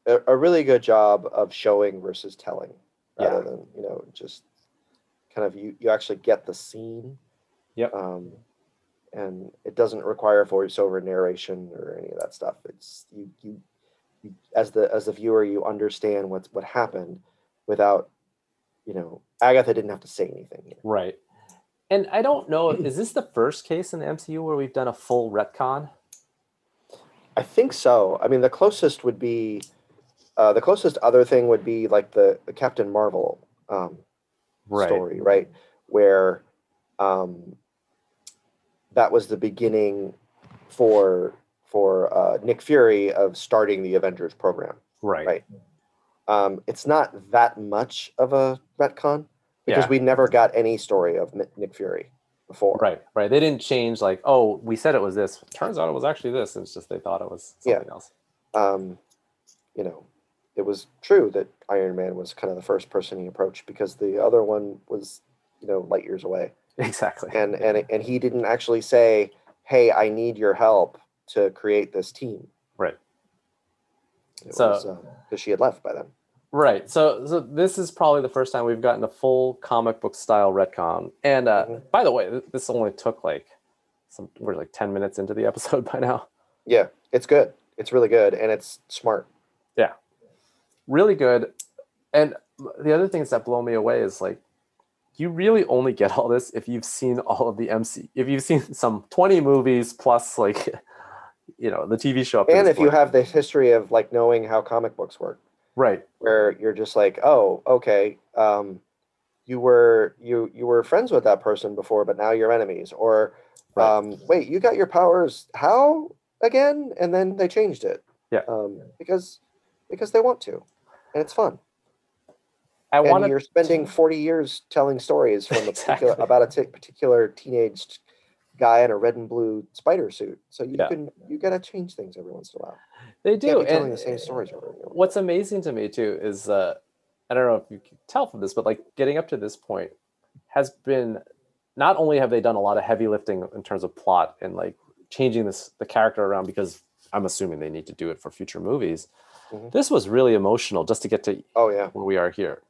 S1: a, a really good job of showing versus telling, rather
S2: Yeah.
S1: than you know just kind of you you actually get the scene.
S2: Yep.
S1: Um, and it doesn't require voiceover narration or any of that stuff. It's you you, you as the as the viewer you understand what's what happened without you know Agatha didn't have to say anything. Here.
S2: Right. And I don't know, is this the first case in the MCU where we've done a full retcon?
S1: I think so. I mean, the closest would be uh, the closest other thing would be like the, the Captain Marvel um, story, right? Where um, that was the beginning for for uh, Nick Fury of starting the Avengers program.
S2: Right.
S1: Right. Um, it's not that much of a retcon because
S2: Yeah.
S1: we never got any story of Mi- Nick Fury before.
S2: Right. Right. They didn't change like, oh, we said it was this. Turns out it was actually this. It's just they thought it was
S1: Yeah.
S2: something else. *laughs*
S1: um, you know, it was true that Iron Man was kind of the first person he approached because the other one was, you know, light years away,
S2: Exactly.
S1: and and and he didn't actually say, "Hey, I need your help to create this team."
S2: Right.
S1: It
S2: So-
S1: was because she had left by then.
S2: Right. So, so this is probably the first time we've gotten a full comic book style retcon. And uh,
S1: Mhm.
S2: by the way, th- this only took like some we're like 10 minutes into the *laughs* episode by now.
S1: Yeah, it's good. It's really good, and it's smart.
S2: really good. And the other things that blow me away is like, you really only get all this if you've seen all of the MC, if you've seen some 20 movies plus like, *laughs* you know, the TV show. Up to
S1: And
S2: this
S1: if you
S2: point.
S1: have the history of like knowing how comic books work,
S2: right,
S1: where you're just like, oh, okay, um, you were you you were friends with that person before, but now you're enemies. Or
S2: Right.
S1: um, wait, you got your powers how again? And then they changed it.
S2: Yeah.
S1: Um, because because they want to, and it's fun.
S2: I
S1: and
S2: want
S1: you're
S2: to,
S1: spending forty years telling stories from a particular
S2: Exactly.
S1: about a t- particular teenage guy in a red and blue spider suit. So you
S2: Yeah.
S1: can you gotta change things every once in a while.
S2: They
S1: You can't
S2: do.
S1: be telling
S2: and- eh,
S1: the same stories over and over.
S2: what's amazing to me too is uh i don't know if you can tell from this but like getting up to this point has been not only have they done a lot of heavy lifting in terms of plot and like changing this the character around because i'm assuming they need to do it for future movies
S1: Mhm.
S2: this was really emotional just to get to
S1: Oh yeah.
S2: where we are here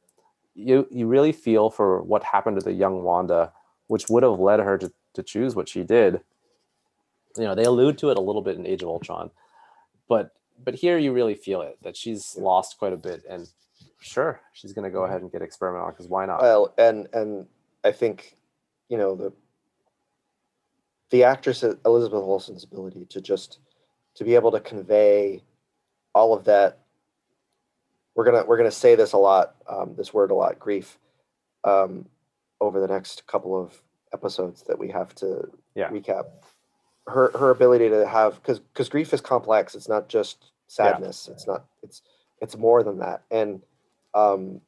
S2: you you really feel for what happened to the young wanda which would have led her to, to choose what she did you know they allude to it a little bit in age of ultron but but here you really feel it that she's lost quite a bit and sure she's going to go ahead and get experimental because why not
S1: Well, and and I think you know the the actress uh, Elizabeth Olsen's ability to just to be able to convey all of that. We're gonna we're gonna say this a lot, um, this word a lot, grief, um, over the next couple of episodes that we have to
S2: Yeah.
S1: recap. Her her ability to have because because grief is complex. It's not just sadness. It's not it's it's more than that. And um,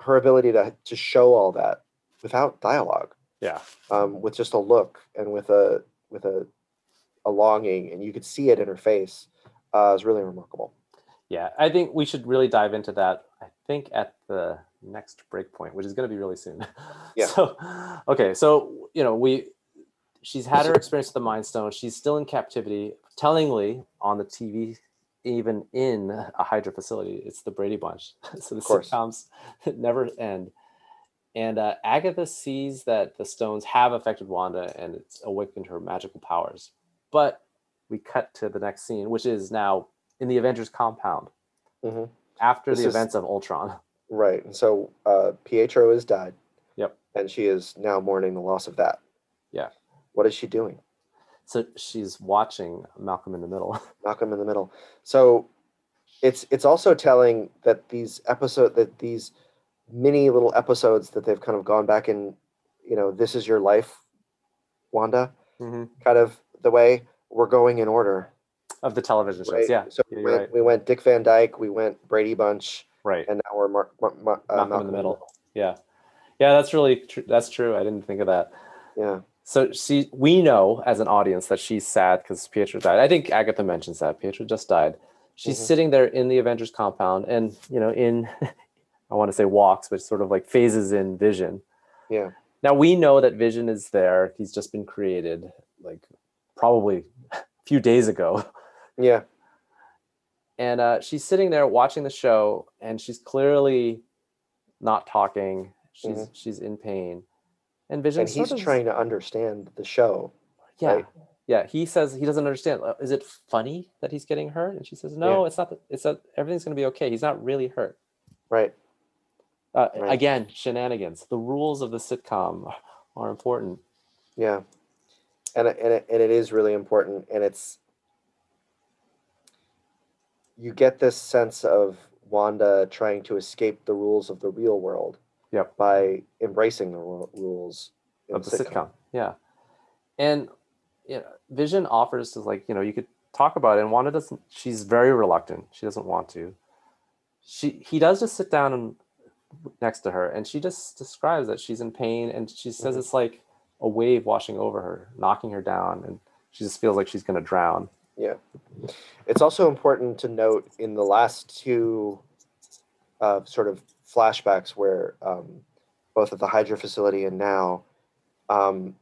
S1: her ability to to show all that without dialogue
S2: yeah
S1: um, with just a look and with a with a a longing and you could see it in her face uh, is really remarkable
S2: yeah i think we should really dive into that i think at the next break point which is going to be really soon *laughs*
S1: Yeah.
S2: so okay so you know we she's had her experience with the mind stone she's still in captivity tellingly on the tv even in a hydra facility it's the brady bunch *laughs* so the
S1: Of course.
S2: sitcoms *laughs* never end and uh, agatha sees that the stones have affected wanda and it's awakened her magical powers but we cut to the next scene which is now in the avengers compound Mm-hmm.
S1: Mhm.
S2: after
S1: This
S2: the
S1: is-
S2: events of ultron
S1: right and so uh, pietro has died
S2: Yep.
S1: and she is now mourning the loss of that
S2: Yeah.
S1: what is she doing
S2: so she's watching malcolm in the middle
S1: Malcolm in the Middle. So it's it's also telling that these episode that these mini little episodes that they've kind of gone back in, you know, this is your life, Wanda,
S2: Mm-hmm.
S1: kind of the way we're going in order.
S2: *laughs* of the television shows.
S1: right?
S2: Yeah,
S1: So
S2: Yeah,
S1: we
S2: you're
S1: went,
S2: right.
S1: we went Dick Van Dyke, we went Brady Bunch,
S2: Right,
S1: and now we're Mar- Mar- Mar- uh,
S2: Malcolm in the middle. Yeah, yeah, that's really tr- that's true. I didn't think of that.
S1: Yeah,
S2: So she, we know as an audience that she's sad because Pietro died. I think Agatha mentions that Pietro just died. She's
S1: Mhm.
S2: sitting there in the Avengers compound, and you know, in *laughs* I want to say walks, but sort of like phases in Vision.
S1: yeah,
S2: Now we know that Vision is there. He's just been created, like probably *laughs* a few days ago.
S1: yeah.
S2: and uh, she's sitting there watching the show and she's clearly not talking she's she's in pain and vision
S1: Mm-hmm. And
S2: sort
S1: he's
S2: of-
S1: trying to understand the show.
S2: yeah
S1: right?
S2: yeah he says he doesn't understand "Uh, is it funny that he's getting hurt and she says no it's not that it's that everything's going to be okay he's not really hurt
S1: Right.
S2: uh,
S1: Right.
S2: again shenanigans the rules of the sitcom are important
S1: Yeah, and it- and it, and it is really important, and it's you get this sense of Wanda trying to escape the rules of the real world.
S2: Yep.
S1: By embracing the ru- rules in
S2: of the sitcom. Yeah. And you know, Vision offers to like, you know, you could talk about it. And Wanda doesn't she's very reluctant. She doesn't want to. She he does just sit down and next to her and she just describes that she's in pain and she says
S1: Mhm.
S2: it's like a wave washing over her, knocking her down, and she just feels like she's gonna drown.
S1: It's also important to note in the last two uh, sort of flashbacks where um, both at the Hydra facility and now um,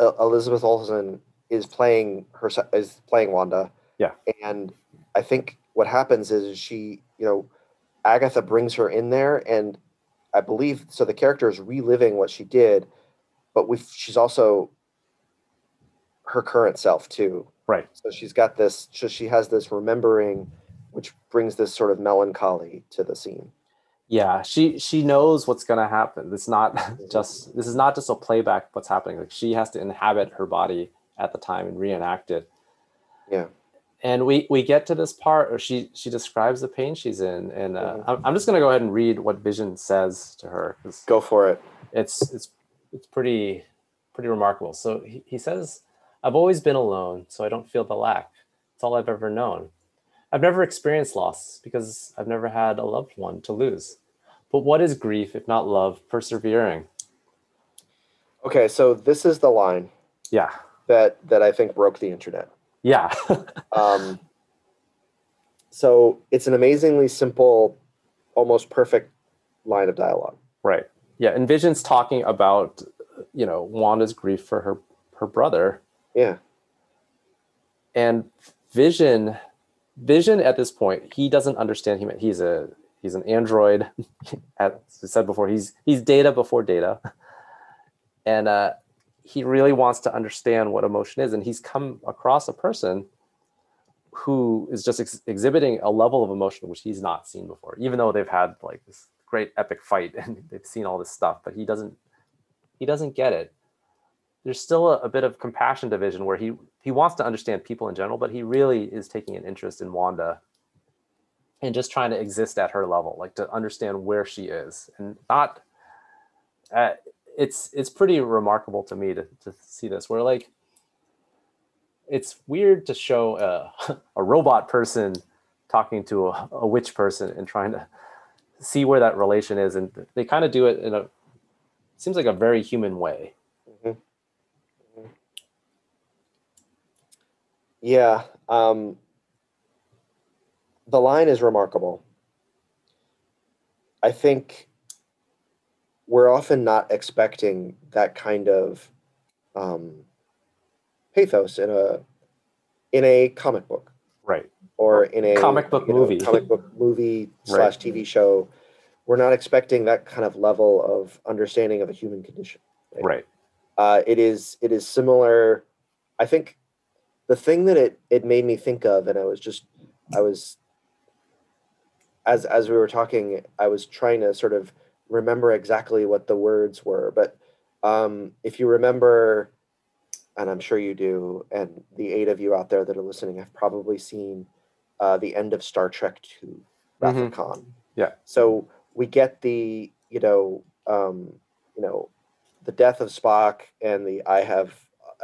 S1: E- Elizabeth Olsen is playing her is playing Wanda.
S2: Yeah.
S1: And I think what happens is she, you know, Agatha brings her in there and I believe so the character is reliving what she did, but we she's also her current self too.
S2: Right.
S1: So she's got this so she has this remembering which brings this sort of melancholy to the scene.
S2: Yeah, she she knows what's gonna happen. It's not *laughs* just this is not just a playback of what's happening. Like she has to inhabit her body at the time and reenact it.
S1: Yeah.
S2: And we we get to this part where she she describes the pain she's in, and uh, I'm, I'm just gonna go ahead and read what Vision says to her 'cause
S1: Go for it.
S2: it's it's it's pretty pretty remarkable. So he, he says, I've always been alone, so I don't feel the lack. It's all I've ever known. I've never experienced loss because I've never had a loved one to lose. But what is grief if not love persevering?
S1: Okay, so this is the line.
S2: Yeah.
S1: that that I think broke the internet.
S2: Yeah. *laughs*
S1: Um, so it's an amazingly simple, almost perfect line of dialogue.
S2: right. Yeah. And Vision's talking about, you know, Wanda's grief for her her brother.
S1: Yeah.
S2: and vision vision at this point he doesn't understand human he's a he's an android *laughs* as i said before he's he's data before data and uh he really wants to understand what emotion is and he's come across a person who is just ex- exhibiting a level of emotion which he's not seen before even though they've had like this great epic fight *laughs* and they've seen all this stuff but he doesn't he doesn't get it there's still a, a bit of compassion division where he he wants to understand people in general, but he really is taking an interest in Wanda and just trying to exist at her level, like to understand where she is and not. Uh, it's it's pretty remarkable to me to, to see this where like it's weird to show a, *laughs* a robot person talking to a, a witch person and trying to see where that relation is and they kind of do it in a seems like a very human way
S1: Yeah. Um, the line is remarkable. I think we're often not expecting that kind of um, pathos in a in a comic book
S2: right
S1: or in a
S2: Comic book
S1: you know,
S2: movie.
S1: comic
S2: *laughs*
S1: book movie slash TV show. We're not expecting that kind of level of understanding of a human condition.
S2: right
S1: Uh, it is it is similar. I think the thing that it it made me think of, and I was just I was as as we were talking, I was trying to sort of remember exactly what the words were. But um, if you remember, and I'm sure you do, and the eight of you out there that are listening have probably seen uh, the end of Star Trek Two, Wrath of Khan.
S2: Yeah.
S1: So we get the you know um, you know the death of Spock and the I have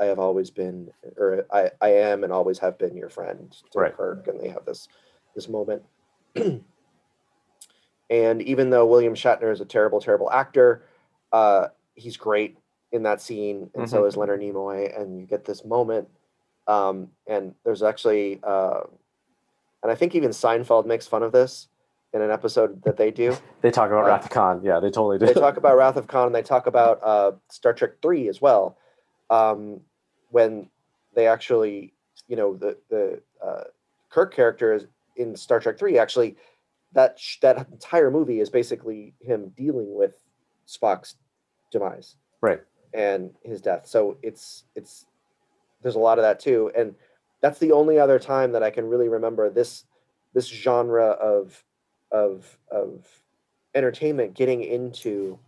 S1: I have always been or I, I am and always have been your friend to
S2: Right.
S1: Kirk and they have this this moment. *clears throat* and even though William Shatner is a terrible, terrible actor, uh, he's great in that scene, and so is Leonard Nimoy, and you get this moment. Um, and there's actually uh, and I think even Seinfeld makes fun of this in an episode that they do
S2: They talk about
S1: Uh,
S2: Wrath of Khan. Yeah, they totally do.
S1: they talk about Wrath of Khan and they talk about uh, Star Trek Three as well. Um, when they actually, you know, the the uh, Kirk character is in Star Trek Three. Actually, that sh- that entire movie is basically him dealing with Spock's demise,
S2: Right.
S1: and his death. So it's it's there's a lot of that too, and that's the only other time that I can really remember this this genre of of of entertainment getting into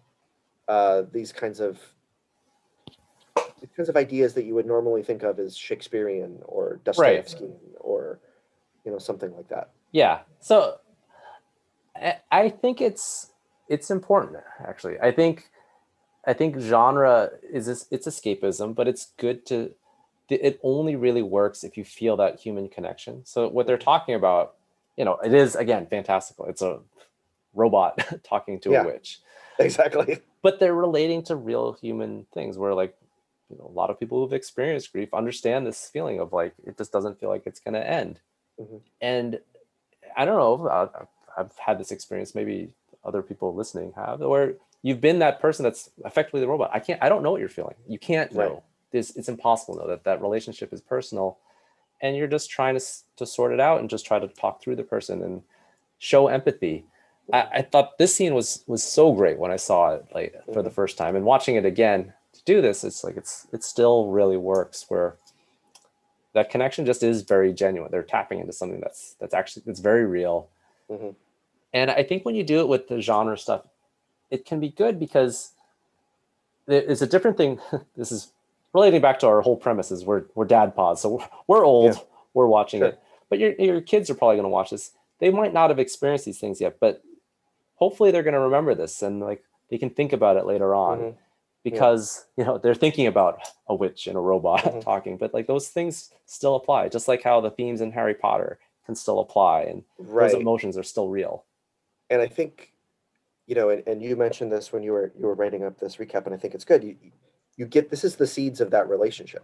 S1: uh, these kinds of these kinds of ideas that you would normally think of as Shakespearean or Dostoevsky or you know something like that.
S2: *laughs*
S1: *laughs*
S2: yeah. So I, I think it's it's important actually. I think I think genre is this, it's escapism, but it's good to it only really works if you feel that human connection. So what they're talking about, you know, it is again fantastical. It's a robot *laughs* talking to
S1: Yeah.
S2: a witch.
S1: Exactly.
S2: but they're relating to real human things where like you know a lot of people who've experienced grief understand this feeling of like it just doesn't feel like it's going to end
S1: Mhm.
S2: and i don't know uh, i've had this experience maybe other people listening have where you've been that person that's effectively the robot i can't i don't know what you're feeling you can't know
S1: Right.
S2: this it's impossible to know that that relationship is personal and you're just trying to s- to sort it out and just try to talk through the person and show empathy I, I thought this scene was was so great when I saw it like for the first time and watching it again to do this, it's like it's it still really works where that connection just is very genuine. They're tapping into something that's that's actually it's very real.
S1: Mhm.
S2: And I think when you do it with the genre stuff, it can be good because there is a different thing. *laughs* this is relating back to our whole premises. We're we're dad pods, so we're, we're old.
S1: Yeah.
S2: We're watching
S1: Sure.
S2: it, but your your kids are probably going to watch this. They might not have experienced these things yet, but hopefully they're going to remember this and like they can think about it later on
S1: Mhm.
S2: because you know they're thinking about a witch and a robot
S1: Mhm.
S2: *laughs* talking but like those things still apply just like how the themes in harry potter can still apply and
S1: Right.
S2: those emotions are still real *laughs*
S1: and I think, you know, and, and you mentioned this when you were you were writing up this recap, and I think it's good. You, you get this is the seeds of that relationship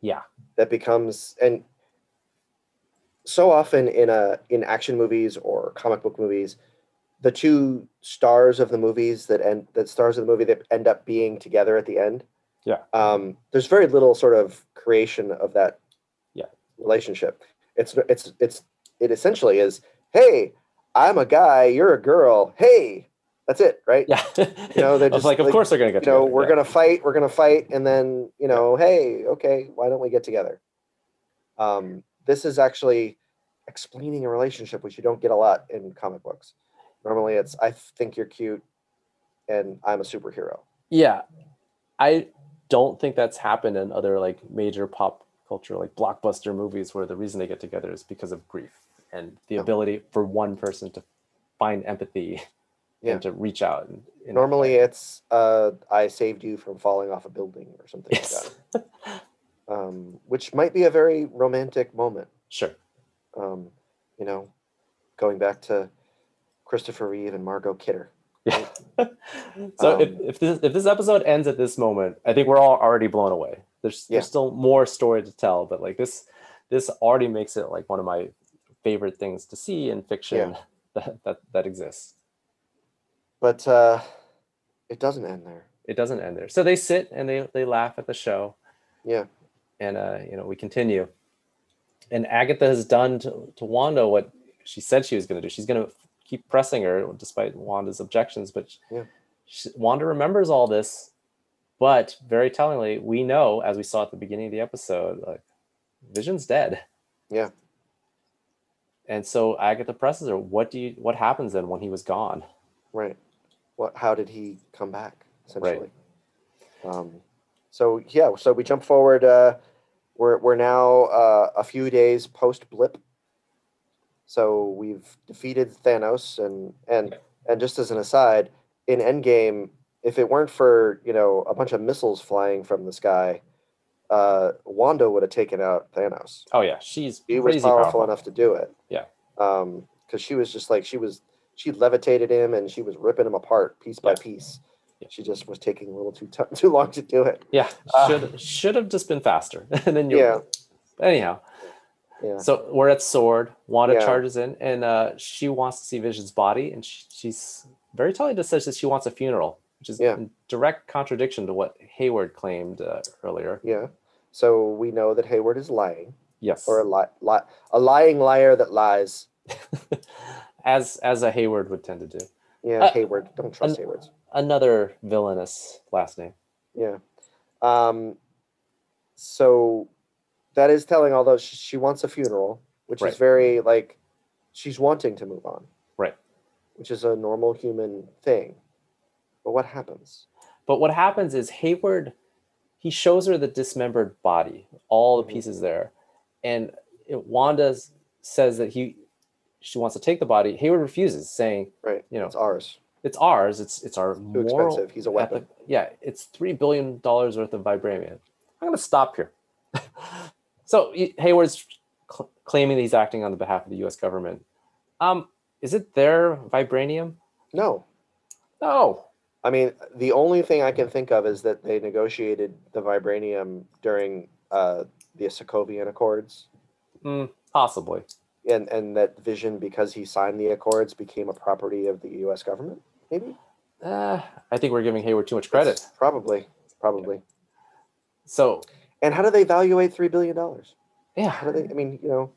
S2: Yeah.
S1: that becomes and so often in a in action movies or comic book movies the two stars of the movies that end the stars of the movie that end up being together at the end
S2: Yeah.
S1: um, there's very little sort of creation of that
S2: Yeah.
S1: relationship it's it's it's it essentially is hey i'm a guy you're a girl hey that's it right
S2: Yeah.
S1: You know, they're
S2: I was
S1: just
S2: like, of
S1: like,
S2: course they're going to get
S1: you know
S2: together.
S1: we're
S2: Yeah.
S1: gonna fight we're gonna fight and then you know hey okay why don't we get together um, this is actually explaining a relationship which you don't get a lot in comic books normally it's i think you're cute and i'm a superhero
S2: Yeah. I don't think that's happened in other like major pop culture, like blockbuster movies, where the reason they get together is because of grief and the
S1: No.
S2: ability for one person to find empathy
S1: Yeah.
S2: and to reach out. And, and-
S1: normally it's uh, i saved you from falling off a building or something like
S2: *laughs* yes.
S1: that um, which might be a very romantic moment
S2: Sure.
S1: um, you know going back to christopher reeve and margot kidder
S2: *laughs* Yeah. so if,
S1: Um,
S2: if this if this episode ends at this moment, I think we're all already blown away. There's
S1: Yeah.
S2: there's still more story to tell, but like this this already makes it like one of my favorite things to see in fiction *laughs* that, that that exists.
S1: but uh, it doesn't end there
S2: It doesn't end there. So they sit and they they laugh at the show.
S1: Yeah.
S2: And uh, you know, we continue. And Agatha has done to, to Wanda what she said she was going to do. She's going to keep pressing her despite Wanda's objections, but sh-
S1: Yeah.
S2: sh- Wanda remembers all this. But very tellingly, we know, as we saw at the beginning of the episode, like Vision's dead.
S1: Yeah.
S2: And so Agatha presses her. What do you? What happens then when he was gone?
S1: Right. What? How did he come back? Essentially. Um, so yeah. So we jump forward. Uh, we're we're now uh, a few days post blip. So we've defeated Thanos, and and and just as an aside, in Endgame, if it weren't for you know a bunch of missiles flying from the sky, uh, Wanda would have taken out Thanos
S2: Oh yeah, she's
S1: she was
S2: crazy
S1: powerful,
S2: powerful.
S1: enough to do it.
S2: Yeah.
S1: Um, because she was just like she was, she levitated him and she was ripping him apart piece by
S2: Yeah.
S1: piece.
S2: Yeah.
S1: She just was taking a little too t- *laughs* too long to do it.
S2: Yeah,
S1: Uh,
S2: should should have just been faster. *laughs* and then you
S1: Yeah.
S2: anyhow.
S1: Yeah.
S2: So we're at Sword. Wanda
S1: Yeah.
S2: charges in, and uh, she wants to see Vision's body, and she, she's very telling to says that she wants a funeral, which is
S1: Yeah.
S2: in direct contradiction to what Hayward claimed uh, earlier.
S1: Yeah. So we know that Hayward is lying,
S2: Yes,
S1: or a li- li- a lying liar that lies.
S2: *laughs* as as a Hayward would tend to do.
S1: Yeah,
S2: Uh,
S1: Hayward. Don't trust
S2: an-
S1: Haywards.
S2: Another villainous last name.
S1: Yeah. Um. So that is telling. Although she, she wants a funeral, which
S2: Right.
S1: is very like she's wanting to move on.
S2: Right.
S1: Which is a normal human thing. But what happens?
S2: But what happens is Hayward, he shows her the dismembered body, all the
S1: Mhm.
S2: pieces there, and it, Wanda s- says that he, she wants to take the body. Hayward refuses, saying,
S1: Right.
S2: you know,
S1: It's ours.
S2: it's ours. It's it's our
S1: Too
S2: moral.
S1: expensive. He's a
S2: ethic-
S1: weapon.
S2: yeah, it's three billion dollars worth of vibranium. I'm gonna stop here. *laughs* so he- Hayward's cl- claiming that he's acting on the behalf of the U.S. government. Um, is it their vibranium?
S1: No.
S2: No.
S1: I mean, the only thing I can think of is that they negotiated the vibranium during uh, the Sokovian Accords,
S2: Mm, possibly.
S1: and and that Vision, because he signed the accords, became a property of the U.S. government. Maybe
S2: Uh, I think we're giving Hayward too much credit.
S1: Probably. Probably.
S2: So
S1: And how do they evaluate three billion dollars? How
S2: yeah,
S1: do they? I mean, you know,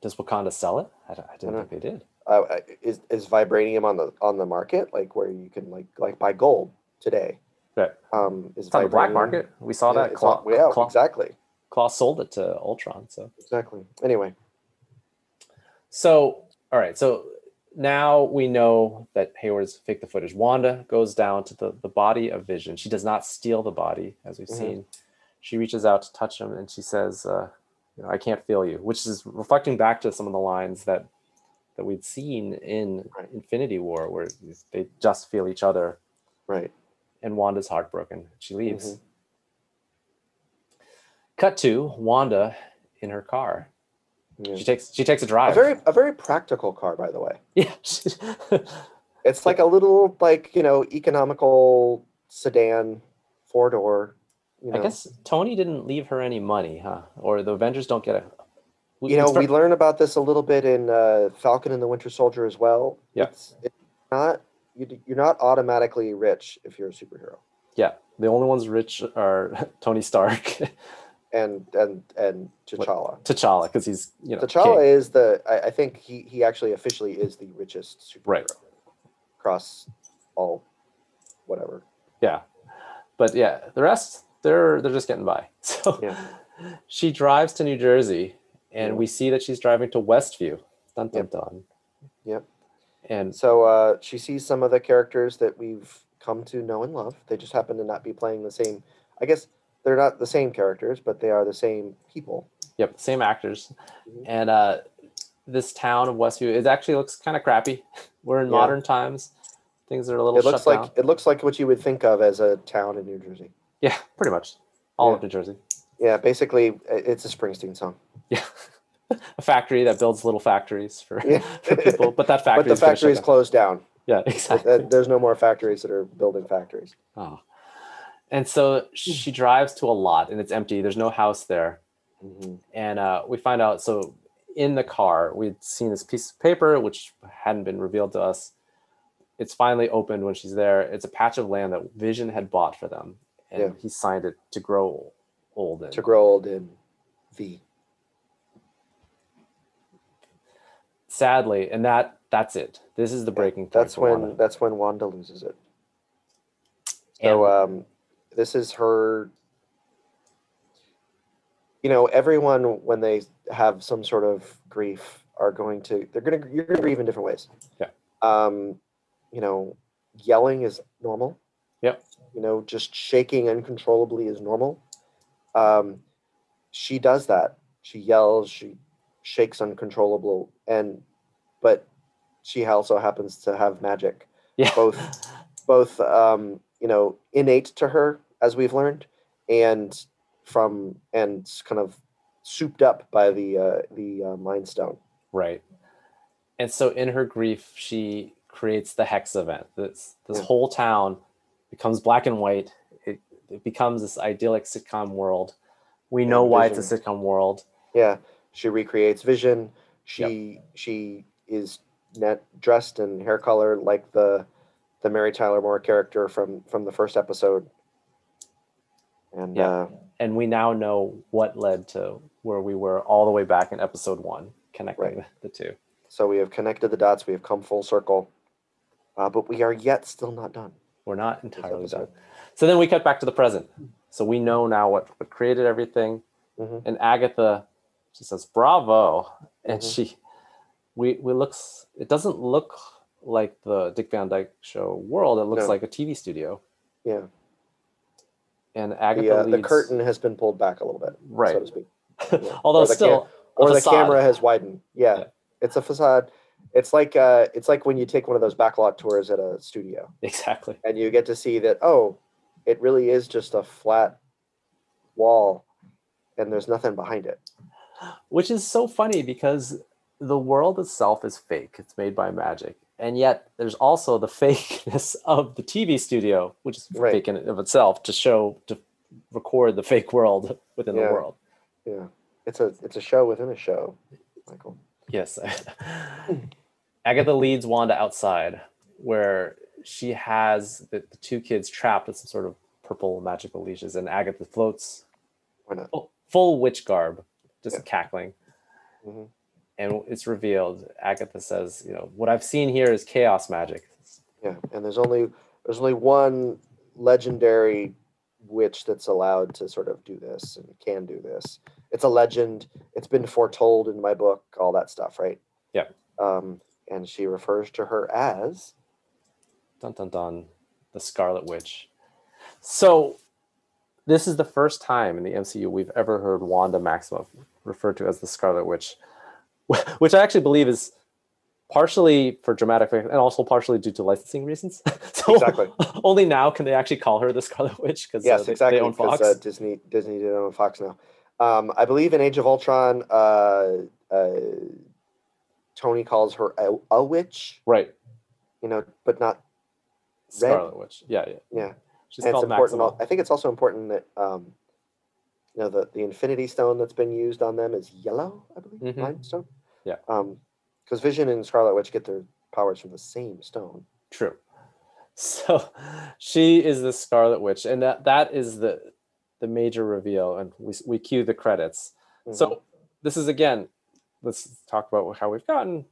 S2: does Wakanda sell it? I, don't, I didn't
S1: I
S2: think they did.
S1: uh, uh, is is vibranium on the on the market like where you can like like buy gold today?
S2: Right.
S1: Um, is
S2: It's on the black
S1: vibranium-
S2: market. We saw
S1: yeah,
S2: that.
S1: it's
S2: Claw,
S1: on- yeah,
S2: Claw,
S1: exactly,
S2: Claw sold it to Ultron. So
S1: exactly. Anyway,
S2: So, all right. So now we know that Hayward's fake the footage. Wanda goes down to the, the body of Vision. She does not steal the body, as we've
S1: Mhm.
S2: seen. She reaches out to touch him and she says, uh, you know, I can't feel you, which is reflecting back to some of the lines that that we'd seen in
S1: Right.
S2: Infinity War, where they just feel each other
S1: right.
S2: and Wanda's heartbroken. She leaves.
S1: Mm-hmm.
S2: Cut to Wanda in her car.
S1: Yeah.
S2: She takes she takes a
S1: A
S2: drive.
S1: very a very practical car, by the way.
S2: *laughs* yeah.
S1: It's like a little like you know economical sedan four door. You know,
S2: I guess Tony didn't leave her any money, huh? Or the Avengers don't get a.
S1: you know
S2: it's ver-
S1: we learn about this a little bit in uh, Falcon and the Winter Soldier as well.
S2: Yeah.
S1: It's, it's not you, d- you're not automatically rich if you're a superhero,
S2: yeah, the only ones rich are *laughs* Tony Stark,
S1: and and and
S2: What-
S1: T'Challa.
S2: T'Challa, because he's you know
S1: T'Challa
S2: king.
S1: is the I, I think he he actually officially is the richest superhero
S2: Right.
S1: across all whatever.
S2: Yeah, but yeah, the rest they're they're just getting by. *laughs* So
S1: Yeah.
S2: she drives to New Jersey, and
S1: Yeah.
S2: we see that she's driving to Westview. Dun dun
S1: Yep.
S2: dun.
S1: Yep.
S2: And
S1: So uh, she sees some of the characters that we've come to know and love. They just happen to not be playing the same. I guess they're not the same characters, but they are the same people.
S2: Yep, same actors.
S1: Mhm.
S2: And uh, this town of Westview, it actually looks kind of crappy. *laughs* We're in
S1: Yeah.
S2: modern times. Things are a little
S1: it looks
S2: shut
S1: like
S2: down.
S1: it looks like what you would think of as a town in New Jersey.
S2: Yeah, *laughs* pretty much. All of
S1: Yeah.
S2: New Jersey.
S1: Yeah, basically, i- it's a Springsteen
S2: *laughs*
S1: song.
S2: Yeah. A factory that builds little factories for,
S1: Yeah.
S2: *laughs* for people, but that
S1: *laughs* But
S2: factory
S1: the
S2: is gonna shut
S1: factories
S2: down.
S1: closed
S2: *laughs*
S1: down.
S2: Yeah,
S1: Th-
S2: exactly.
S1: th- There's no more factories that are building factories.
S2: Oh. And so she
S1: Mm.
S2: drives to a lot and it's empty. There's no house there.
S1: Mhm.
S2: and uh, we find out so in the car we'd seen this piece of paper which hadn't been revealed to us it's finally opened when she's there it's a patch of land that vision had bought for them and
S1: Yeah.
S2: he signed it to grow old in.
S1: To grow old in the
S2: sadly and that that's it this is the breaking point
S1: That's
S2: for
S1: when
S2: Wanda.
S1: that's when Wanda loses it.
S2: And-
S1: So um, this is her. You know, everyone when they have some sort of grief are going to they're gonna you're gonna grieve in different ways.
S2: Yeah.
S1: Um, you know, yelling is normal.
S2: Yep.
S1: You know, just shaking uncontrollably is normal. Um, she does that. She yells. She shakes uncontrollable, and but she also happens to have magic
S2: yeah *laughs*
S1: both- both um, you know innate to her as we've learned and from and s- kind of souped up by the uh, the uh, mind stone
S2: right and so in her grief she creates the hex event this this
S1: Yeah.
S2: whole town becomes black and white it, it becomes this idyllic sitcom world we
S1: And
S2: know why it's a
S1: Vision.
S2: sitcom world
S1: yeah she recreates vision she she is net dressed in hair color like the the mary tyler moore character from from the first episode and
S2: Yeah.
S1: uh,
S2: and we now know what led to where we were all the way back in episode one, connecting the two.
S1: so we have connected the dots we have come full circle uh, but we are yet still not done
S2: We're not entirely
S1: episode.
S2: done. So then we cut back to the present. So we know now what, what created everything.
S1: Mhm.
S2: And Agatha, she says, "Bravo!" And
S1: Mhm.
S2: she, we we looks. It doesn't look like the Dick Van Dyke Show world. It looks
S1: No.
S2: like a TV studio.
S1: Yeah.
S2: And Agatha
S1: the, uh, the
S2: leads-
S1: curtain has been pulled back a little bit so
S2: right?
S1: to speak yeah.
S2: Although
S1: Or the
S2: still, a
S1: or the
S2: facade.
S1: camera has widened. Yeah,
S2: Yeah.
S1: it's a facade. It's like uh, it's like when you take one of those backlot tours at a studio,
S2: *laughs* exactly.
S1: and you get to see that oh, it really is just a flat wall, and there's nothing behind it.
S2: which is so funny because the world itself is fake it's made by magic and yet there's also the *laughs* fakeness of the tv studio which is
S1: Right.
S2: fake in and of itself to show to record the fake world *laughs* within
S1: Yeah.
S2: the world
S1: Yeah, it's a it's a show within a show, Michael.
S2: yes *laughs* agatha leads wanda outside where she has the, the two kids trapped with some sort of purple magical leashes and agatha floats
S1: Why not?
S2: full, full witch garb just
S1: Yeah.
S2: cackling
S1: Mhm.
S2: and it's revealed agatha says you know what i've seen here is chaos magic
S1: Yeah, and there's only there's only one legendary witch that's allowed to sort of do this and can do this. It's a legend. It's been foretold in my book. All that stuff, right?
S2: Yeah.
S1: Um, and she refers to her
S2: *laughs*
S1: as
S2: dun dun dun the scarlet witch so this is the first time in the mcu we've ever heard wanda maximoff referred to as the scarlet witch *laughs* wh- which i actually believe is partially for dramatic effect and also partially due to licensing reasons *laughs* Oh, so
S1: exactly.
S2: only now can they actually call her the scarlet witch because
S1: yes,
S2: they,
S1: exactly.
S2: they own
S1: 'cause,
S2: fox
S1: uh, Disney Disney did own Fox now. Um, I believe in Age of Ultron, uh, uh, Tony calls her a, a witch.
S2: right
S1: You know, but not
S2: scarlet witch yeah yeah
S1: yeah.
S2: She's
S1: And it's
S2: called
S1: important.
S2: Maxima.
S1: I think it's also important that um, you know the the Infinity Stone that's been used on them is yellow. I believe
S2: Mhm.
S1: limestone.
S2: Yeah.
S1: Um, because Vision and Scarlet Witch get their powers from the same stone.
S2: True. So she is the Scarlet Witch, and that that is the the major reveal, and we we cue the credits.
S1: Mhm.
S2: So this is again, let's talk about how we've gotten.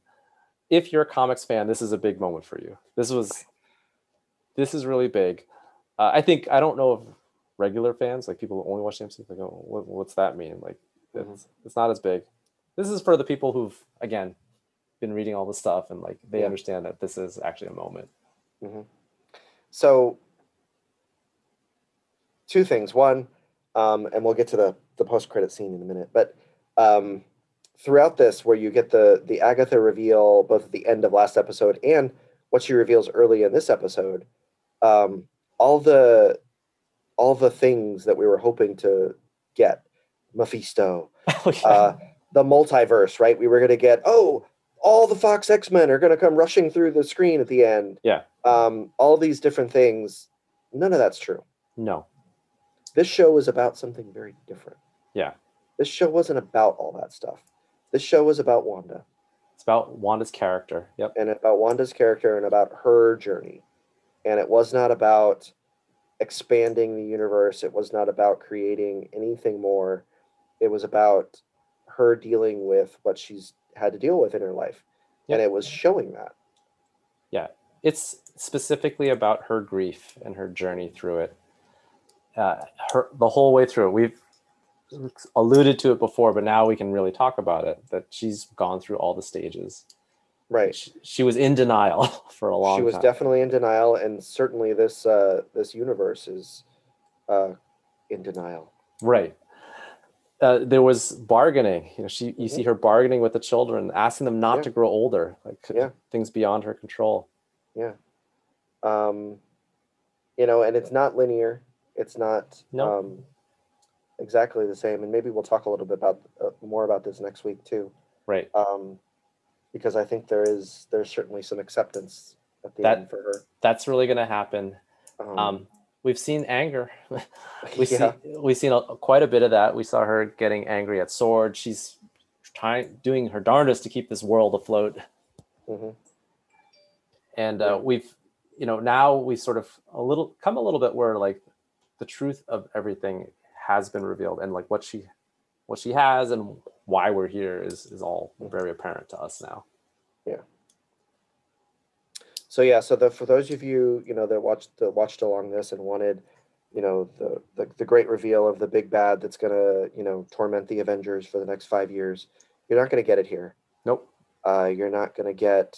S2: If you're a comics fan, this is a big moment for you. This was, this is really big. Uh, I think I don't know if regular fans, like people who only watch the MCU, like, oh, what, what's that mean? Like,
S1: Mhm.
S2: it's it's not as big. This is for the people who've again been reading all the stuff and like they
S1: Yeah.
S2: understand that this is actually a moment.
S1: so two things. One, um, and we'll get to the the post credit scene in a minute, but um, throughout this, where you get the the Agatha reveal both at the end of last episode and what she reveals early in this episode, um, all the all the things that we were hoping to get, Mephisto,
S2: *laughs*
S1: uh, the multiverse, right? We were going to get, oh, all the Fox X Men are going to come rushing through the screen at the end.
S2: Yeah.
S1: Um, all these different things. None of that's true.
S2: no,
S1: This show is about something very different.
S2: Yeah.
S1: This show wasn't about all that stuff. This show was about Wanda
S2: it's about Wanda's character. Yep.
S1: and about Wanda's character and about her journey. And it was not about expanding the universe, it was not about creating anything more. It was about her dealing with what she's had to deal with in her life. And
S2: Yep.
S1: it was showing that.
S2: It's specifically about her grief and her journey through it. Uh, her the whole way through. We've alluded to it before, but now we can really talk about it. That she's gone through all the stages.
S1: Right.
S2: She, she was in denial *laughs* for a long
S1: She was
S2: time.
S1: definitely in denial, and certainly this uh, this universe is uh, in denial.
S2: Right. Uh, there was bargaining. You know, she you see her bargaining with the children, asking them not
S1: Mm-hmm. Yeah.
S2: to grow older, like
S1: Yeah.
S2: things beyond her control.
S1: um, you know, and it's not linear. It's not
S2: No.
S1: um, exactly the same. And maybe we'll talk a little bit about uh, more about this next week too,
S2: Right.
S1: um, because I think there is there's certainly some acceptance at the
S2: That-
S1: end for
S2: That's really going to happen.
S1: her. *laughs*
S2: Um, we've seen anger. *laughs* we
S1: Mm. yeah,
S2: see we've seen a, quite a bit of that. We saw her getting angry at Sword. She's trying doing her darndest to keep this world afloat.
S1: mhm,
S2: and
S1: Yeah.
S2: uh, we've you know now we sort of a little come a little bit where like the truth of everything has been revealed and like what she what she has and why we're here is is all very apparent to us now
S1: So yeah, so the, for those of you you know that watched that watched along this and wanted, you know, the, the the great reveal of the big bad that's gonna you know torment the Avengers for the next five years, you're not gonna get it here.
S2: nope
S1: uh, you're not going to get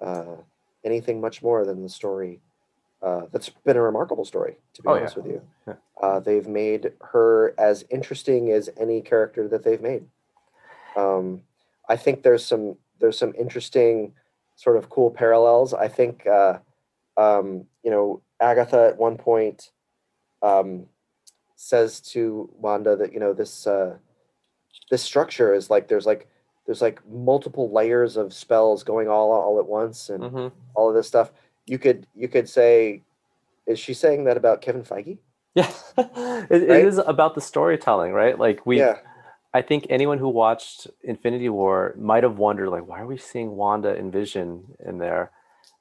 S1: uh, anything much more than the story uh, that's been a remarkable story to be
S2: Oh,
S1: honest with you
S2: Yeah.
S1: uh, they've made her as interesting as any character that they've made um, i think there's some there's some interesting sort of cool parallels i think uh, um, you know agatha at one point um, says to wanda that you know this uh, this structure is like there's like there's like multiple layers of spells going all all at once and
S2: Mhm.
S1: all of this stuff. You could you could say, is she saying that about Kevin Feige?
S2: *laughs* yeah *laughs*
S1: Right?
S2: it, it is about the storytelling right like we
S1: yeah,
S2: i think anyone who watched infinity war might have wondered like why are we seeing wanda and vision in there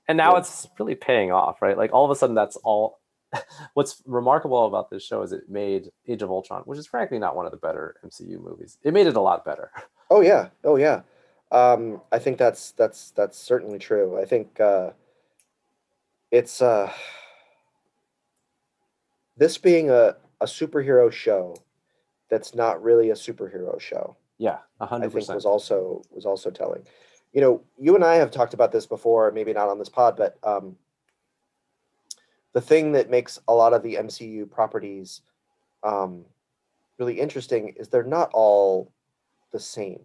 S2: and now
S1: Yeah.
S2: it's really paying off right like all of a sudden that's all *laughs* what's remarkable about this show is it made Age of Ultron, which is frankly not one of the better MCU movies. It made it a lot better. *laughs*
S1: oh yeah, oh yeah. Um, I think that's that's that's certainly true. I think uh, it's uh, this being a a superhero show that's not really a superhero show.
S2: Yeah,
S1: I
S2: a hundred
S1: think
S2: percent.
S1: was also was also telling. You know, you and I have talked about this before, maybe not on this pod, but um, the thing that makes a lot of the MCU properties um, really interesting is they're not all the same.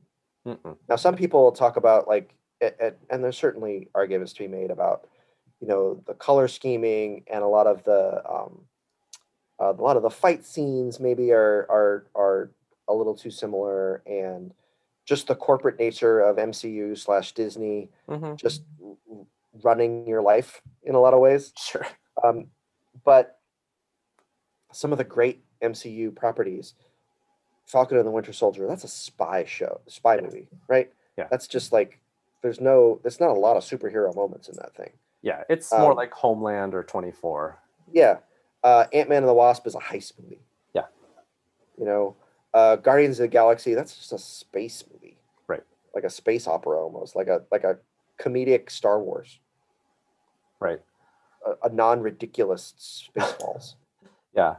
S2: Mm-mm.
S1: Now, some people talk about like, a- a- and there's certainly arguments to be made about, you know, the color scheming and a lot of the, um, uh, a lot of the fight scenes maybe are are are a little too similar, and just the corporate nature of MCU slash Disney
S2: Mhm.
S1: just r- r- running your life in a lot of ways.
S2: Sure. *laughs*
S1: Um, but some of the great MCU properties. Falcon and the Winter Soldier, that's a spy show, spy movie, right?
S2: Yeah.
S1: That's just like there's no there's not a lot of superhero moments in that thing.
S2: Yeah, it's more
S1: Um,
S2: like Homeland or 24.
S1: Yeah. Uh Ant Man and the Wasp is a heist movie.
S2: Yeah.
S1: You know, uh Guardians of the Galaxy, that's just a space movie.
S2: Right.
S1: Like a space opera almost, like a like a comedic Star Wars,
S2: Right.
S1: a, a non-ridiculous spaceballs.
S2: Yeah.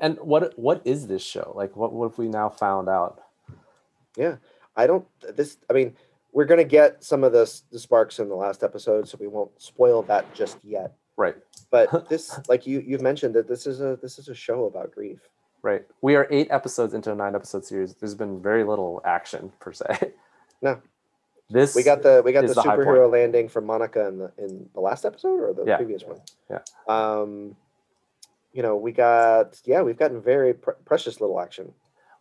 S2: And what what is this show? Like what what have we now found out?
S1: I don't this I mean, we're gonna get some of this the sparks in the last episode, so we won't spoil that just yet.
S2: Right. *laughs*
S1: but this like you you've mentioned that this is a this is a show about grief
S2: Right. We are 8 episodes into a 9 episode series. There's been very little action per se.
S1: No.
S2: This
S1: we got the we got
S2: Is
S1: the,
S2: the high point.
S1: superhero landing from monica in the in the last episode or the
S2: Yeah.
S1: previous one
S2: Yeah.
S1: um you know we got yeah we've gotten very pre- precious little action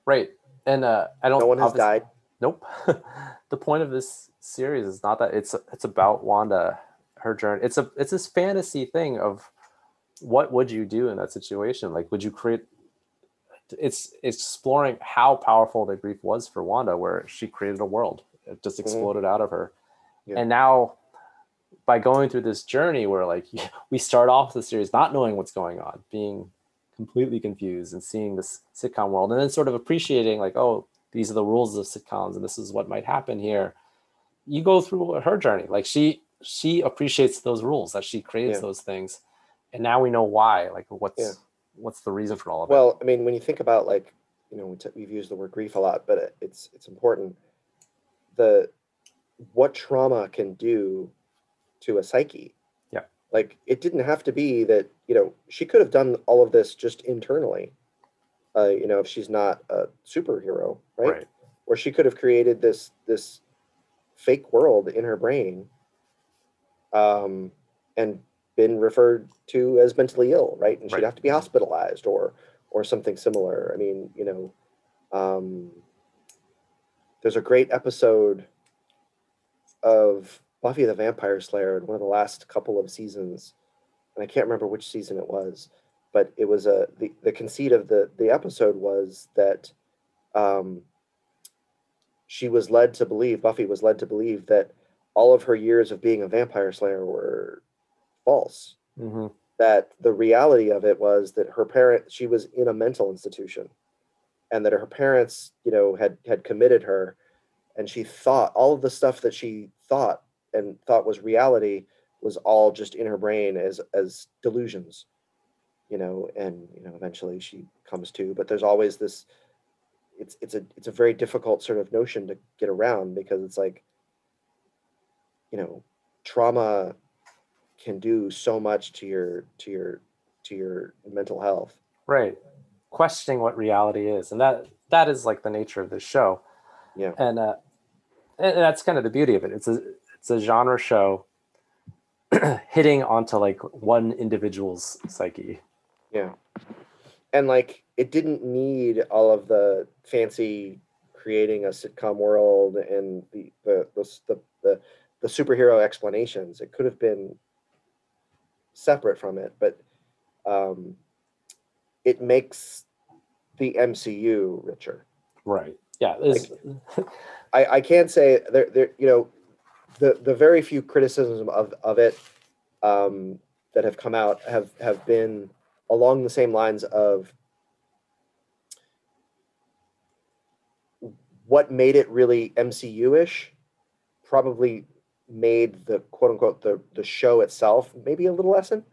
S2: right. And uh I don't
S1: no one has
S2: obviously-
S1: died
S2: Nope. *laughs* the point of this series is not that it's it's about Wanda, her journey. It's a it's this fantasy thing of what would you do in that situation? Like, would you create? It's exploring how powerful the grief was for Wanda, where she created a world. It just exploded out of her,
S1: Yeah.
S2: and now by going through this journey, where like *laughs* we start off the series not knowing what's going on, being completely confused, and seeing this sitcom world, and then sort of appreciating like, oh, these are the rules of sitcoms and this is what might happen here you go through her journey like she she appreciates those rules that she creates
S1: Yeah.
S2: those things and now we know why like what's
S1: Yeah.
S2: what's the reason for all of
S1: well i mean when you think about like you know we t- we've used the word grief a lot but it, it's it's important the what trauma can do to a psyche
S2: Yeah.
S1: like it didn't have to be that you know she could have done all of this just internally uh, you know if she's not a superhero
S2: it
S1: right? or she could have created this this fake world in her brain um and been referred to as mentally ill right and she'd
S2: Right.
S1: have to be hospitalized or or something similar i mean you know um there's a great episode of buffy the vampire slayer in one of the last couple of seasons and i can't remember which season it was but it was a the, the conceit of the the episode was that um she was led to believe, Buffy was led to believe that all of her years of being a vampire slayer were false.
S2: hmm
S1: That the reality of it was that her parent, she was in a mental institution, and that her parents, you know, had had committed her, and she thought all of the stuff that she thought and thought was reality was all just in her brain as as delusions, you know. And you know, eventually she comes to, but there's always this it's it's a it's a very difficult sort of notion to get around because it's like you know trauma can do so much to your to your to your mental health
S2: right questioning what reality is and that that is like the nature of this show
S1: Yeah.
S2: and uh and and that's kind of the beauty of it it's a it's a genre show *clears throat* hitting onto like one individual's psyche
S1: and like it didn't need all of the fancy creating a sitcom world and the the the s- the, the, the superhero explanations it could have been separate from it but um it makes the MCU richer
S2: right yeah this-
S1: I, I can say there, there, you know, the the very few criticisms of of it um, that have come out have have been along the same lines of what made it really MCU ish, probably made the quote unquote the the show itself maybe a little lessen,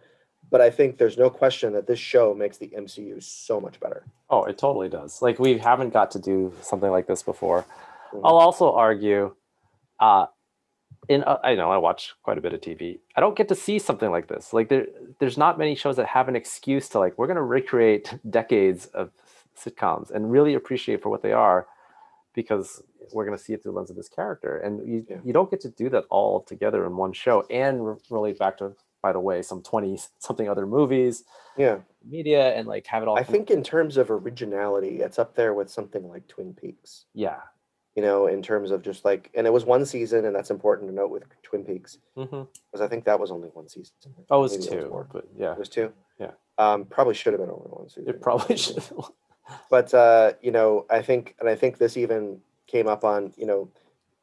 S1: but I think there's no question that this show makes the MCU so much better.
S2: Oh, it totally does. Like we haven't got to do something like this before.
S1: Mhm.
S2: I'll also argue, uh, in uh, I know I watch quite a bit of TV. I don't get to see something like this. Like there, there's not many shows that have an excuse to like we're going to recreate decades of sitcoms and really appreciate for what they are, because we're going to see it through the lens of this character. And you,
S1: Yeah.
S2: you don't get to do that all together in one show and re- relate back to, by the way, some twenty something other movies,
S1: Yeah.
S2: media, and like have it all.
S1: I
S2: come-
S1: think in terms of originality, it's up there with something like Twin Peaks.
S2: yeah.
S1: You know, in terms of just like, and it was one season, and that's important to note with Twin Peaks
S2: hmm
S1: because I think that was only one season.
S2: Oh, it was
S1: Maybe
S2: two, but yeah,
S1: It was two.
S2: Yeah.
S1: Um, probably should have been only one season. *laughs*
S2: It probably *laughs* should.
S1: But uh, you know, I think, and I think this even came up on you know,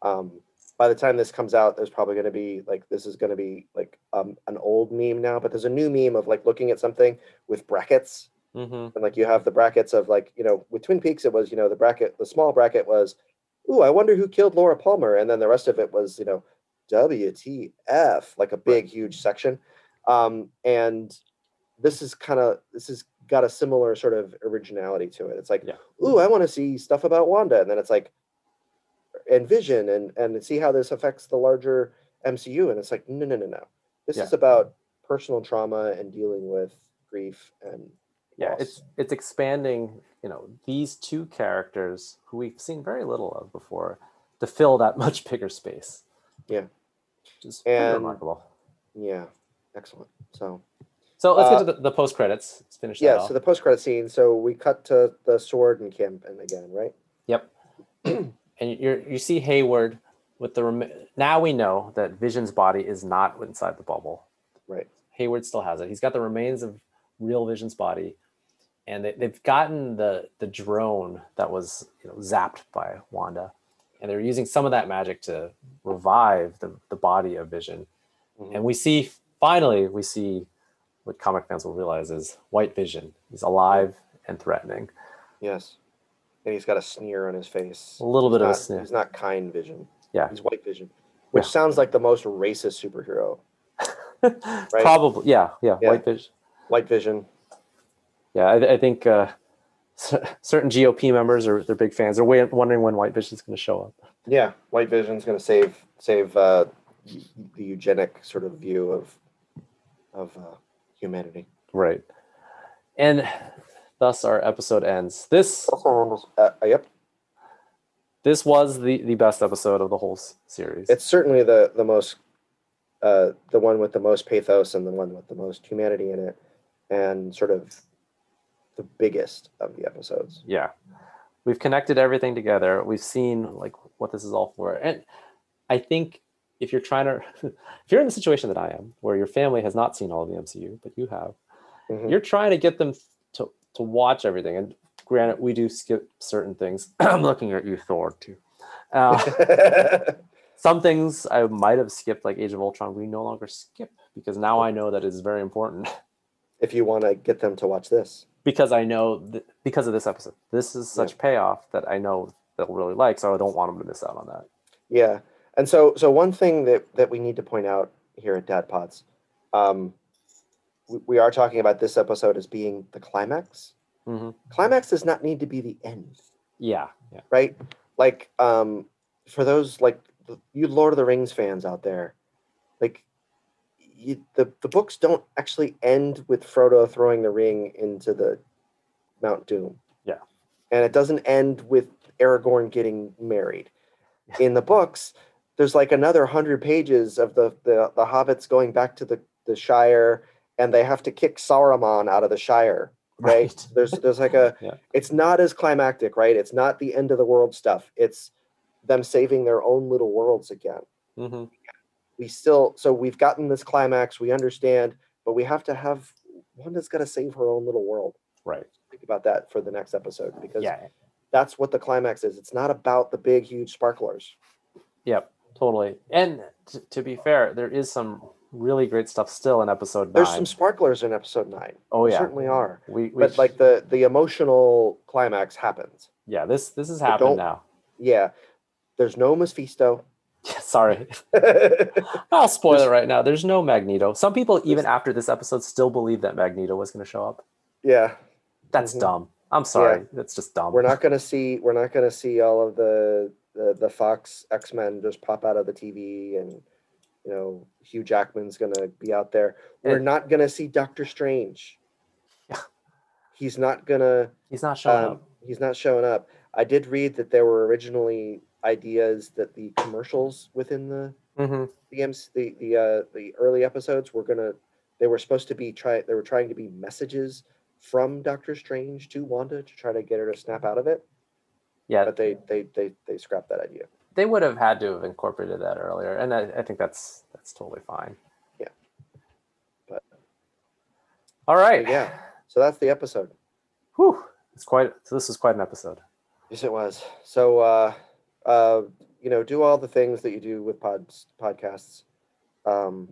S1: um, by the time this comes out, there's probably going to be like this is going to be like um, an old meme now, but there's a new meme of like looking at something with brackets
S2: hmm
S1: and like you have the brackets of like you know with twin peaks it was you know the bracket the small bracket was ooh i wonder who killed laura palmer and then the rest of it was you know wtf like a big huge section um and this is kind of this has got a similar sort of originality to it it's like
S2: Yeah.
S1: ooh i want to see stuff about wanda and then it's like and vision and and see how this affects the larger mcu and it's like no no no no this
S2: Yeah.
S1: is about personal trauma and dealing with grief and
S2: Yeah,
S1: loss.
S2: it's it's expanding. You know, these two characters who we've seen very little of before to fill that *laughs* much bigger space.
S1: Yeah.
S2: which is pretty
S1: And-
S2: remarkable.
S1: Yeah, excellent. So
S2: So let's
S1: uh,
S2: get to the, the post credits. Let's finish that
S1: yeah,
S2: off.
S1: so the post credit scene. So we cut to the sword and Campen again, right?
S2: Yep. and you you see Hayward with the rem- now we know that Vision's body is not inside the bubble.
S1: Right.
S2: Hayward still has it. He's got the remains of real Vision's body, and they, they've gotten the the drone that was you know zapped by Wanda, and they're using some of that magic to revive the the body of Vision.
S1: Mhm.
S2: And we see finally we see what comic fans will realize is White Vision. He's alive and threatening.
S1: Yes. And he's got a sneer on his face.
S2: A little
S1: He's
S2: bit of a
S1: not-
S2: sniff.
S1: *laughs* He's not kind vision.
S2: Yeah.
S1: He's white vision, which
S2: Yeah.
S1: sounds like the most racist superhero.
S2: Probably, yeah, yeah,
S1: Yeah.
S2: White Vision.
S1: White vision.
S2: Yeah, I, I think uh, *laughs* cer- certain GOP members are they're big fans. They're wait, wondering when White Vision's going to show up.
S1: Yeah, white vision's going to save save uh, y- the eugenic sort of view of of uh, humanity.
S2: Right. And thus our episode ends. This
S1: Uh, yep,
S2: this was the the best episode of the whole s- series.
S1: it's certainly the the most uh, the one with the most pathos and the one with the most humanity in it and sort of the biggest of the episodes
S2: yeah. We've connected everything together. We've seen like what this is all for. And I think if you're trying to *laughs* if you're in the situation that I am where your family has not seen all of the MCU, but you have
S1: *laughs* Mhm.
S2: you're trying to get them to to watch everything and granted we do skip certain things *clears throat* i'm looking at you thor too uh, some things i might have skipped like age of ultron we no longer skip because now i know that it's very important *laughs*
S1: if you want to get them to watch this
S2: because i know th- because of this episode this is such payoff that i know they'll really like so i don't want them to miss out on that
S1: yeah and so so one thing that that we need to point out here at dad pods um we, we are talking about this episode as being the climax Mm-hmm.
S2: hmm
S1: climax does not need to be the end
S2: yeah yeah
S1: right? Like, um, for those like th- you Lord of the Rings fans out there, like, you, the the books don't actually end with Frodo throwing the ring into the Mount Doom.
S2: Yeah.
S1: and it doesn't end with Aragorn getting married. In the books, there's like another hundred pages of the the the hobbits going back to the the Shire, and they have to kick Saruman out of the Shire. Right?
S2: Right.
S1: *laughs* There's there's like a
S2: *laughs* Yeah.
S1: it's not as climactic, right? It's not the end of the world stuff. It's them saving their own little worlds again. Mm-hmm.
S2: hmm
S1: We still so we've gotten this climax, we understand, but we have to have Wanda's gotta save her own little world.
S2: right
S1: Think about that for the next episode because
S2: yeah
S1: that's what the climax is. It's not about the big, huge sparklers.
S2: yep totally and t- to be fair there is some really great stuff still in episode
S1: There's
S2: nine.
S1: some sparklers in episode nine.
S2: oh
S1: There
S2: yeah
S1: certainly are.
S2: we, we
S1: But like the the emotional climax happens.
S2: yeah this this has
S1: don't-
S2: happened now *laughs*
S1: Yeah. There's no Mephisto. *laughs*
S2: sorry *laughs* i'll spoil it right now there's no magneto some people even after this episode still believe that magneto was going to show up
S1: yeah.
S2: that's
S1: Mhm.
S2: dumb i'm sorry that's just dumb
S1: we're not gonna see we're not gonna see all of the the, the Fox X Men just pop out of the TV and you know Hugh Jackman's gonna be out there. We're
S2: Eh.
S1: not gonna see Doctor Strange.
S2: Yeah.
S1: He's not gonna
S2: he's not showing
S1: um,
S2: up
S1: he's not showing up. I did read that there were originally ideas that the commercials within the
S2: hmm
S1: the MC, the the uh, the early episodes were gonna they were supposed to be try they were trying to be messages from Doctor Strange to Wanda to try to get her to snap out of it
S2: yeah
S1: but they they they they scrapped that idea.
S2: they would have had to have incorporated that earlier and i, I think that's that's totally fine
S1: Yeah. But-
S2: all right
S1: yeah. So that's the episode.
S2: Whew. It's quite. So this was quite an episode.
S1: Yes, it was. So, uh, uh, you know, do all the things that you do with pods, podcasts. Um,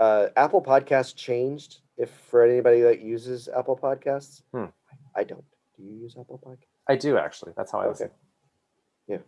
S1: uh, Apple Podcasts changed. If for anybody that uses Apple Podcasts,
S2: Hmm.
S1: I don't. Do you use Apple Podcasts?
S2: I do actually. That's how I listen.
S1: Yeah.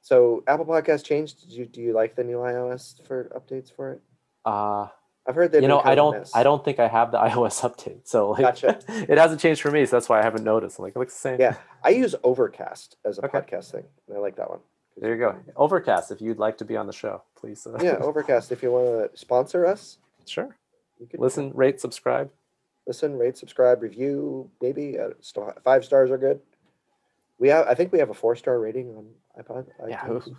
S1: So Apple Podcasts changed. Did you do you like the new iOS for updates for it?
S2: Uh,
S1: I've heard that
S2: you know, I don't. I don't think I have the *laughs* iOS update, so like,
S1: Gotcha.
S2: *laughs* it hasn't changed for me. So that's why I haven't noticed. I'm like, it looks the same.
S1: Yeah, I use Overcast as a
S2: Okay.
S1: podcast thing, and I like that one.
S2: There you go. Overcast. If you'd like to be on the show, please. Uh,
S1: yeah,
S2: *laughs*
S1: Overcast. If you want to sponsor us,
S2: sure.
S1: you can
S2: Listen, rate, subscribe.
S1: listen, rate, subscribe, review. Maybe uh, st- five stars are good. We have, I think we have a four star rating on iPod.
S2: Yeah,
S1: iTunes.
S2: who-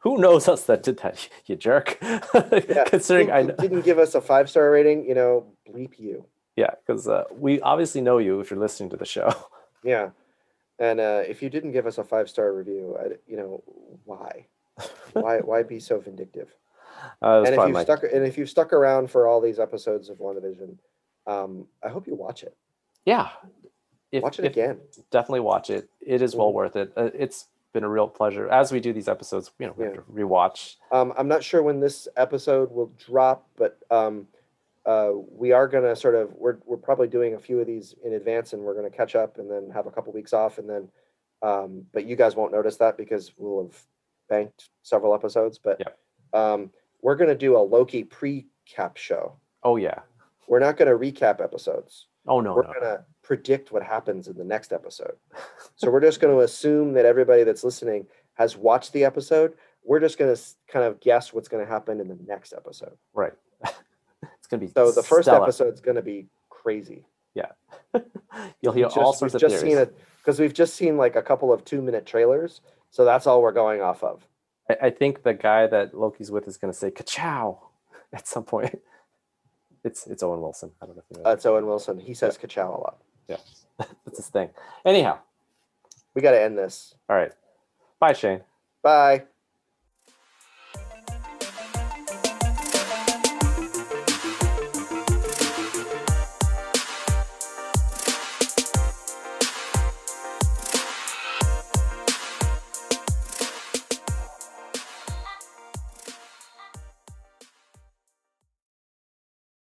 S2: Who knows us that did that? *laughs* You jerk. *laughs* Considering
S1: Who-
S2: I
S1: who
S2: know.
S1: didn't give us a five star rating, you know, bleep you.
S2: Yeah, because uh, we obviously know you if you're listening to the show. *laughs* Uh,
S1: Yeah, and uh, if you didn't give us a five star review, I, you know,
S2: *laughs*
S1: why, why, why be so vindictive?
S2: Uh, that's
S1: and if
S2: probably
S1: you've
S2: my,
S1: stuck and if you've stuck around for all these episodes of WandaVision, um, I hope you watch it.
S2: yeah. If,
S1: watch it
S2: if-
S1: again. Mm-hmm.
S2: Definitely watch it. It is well worth it. Uh, it's been a real pleasure. As we do these episodes, you know, we
S1: Yeah.
S2: have to rewatch.
S1: Um, I'm not sure when this episode will drop, but um, uh, we are gonna sort of we're we're probably doing a few of these in advance, and we're gonna catch up and then have a couple weeks off, and then um, but you guys won't notice that because we'll have banked several episodes. But
S2: Yep.
S1: um, we're gonna do a Loki pre-cap show.
S2: Oh yeah.
S1: We're not gonna recap episodes.
S2: Oh no.
S1: we're
S2: no.
S1: gonna predict what happens in the next episode. so we're just gonna assume that everybody that's listening has watched the episode. We're just gonna s- kind of guess what's gonna happen in the next episode.
S2: Right. *laughs* it's gonna be
S1: So the first
S2: stellar.
S1: episode's gonna be crazy.
S2: You'll hear
S1: We've
S2: all
S1: just- we've
S2: sorts of
S1: just
S2: theories.
S1: seen it because we've just seen like a couple of two minute trailers. So that's all we're going off of.
S2: I, I think the guy that Loki's with is gonna say "kachow" *laughs* at some point. It's it's Owen Wilson. I don't know if you know.
S1: Uh, it's Owen Wilson. He says "Kachow" a lot.
S2: that. *laughs* That's his thing. Anyhow,
S1: We got to end this.
S2: all right. Bye, Shane.
S1: Bye.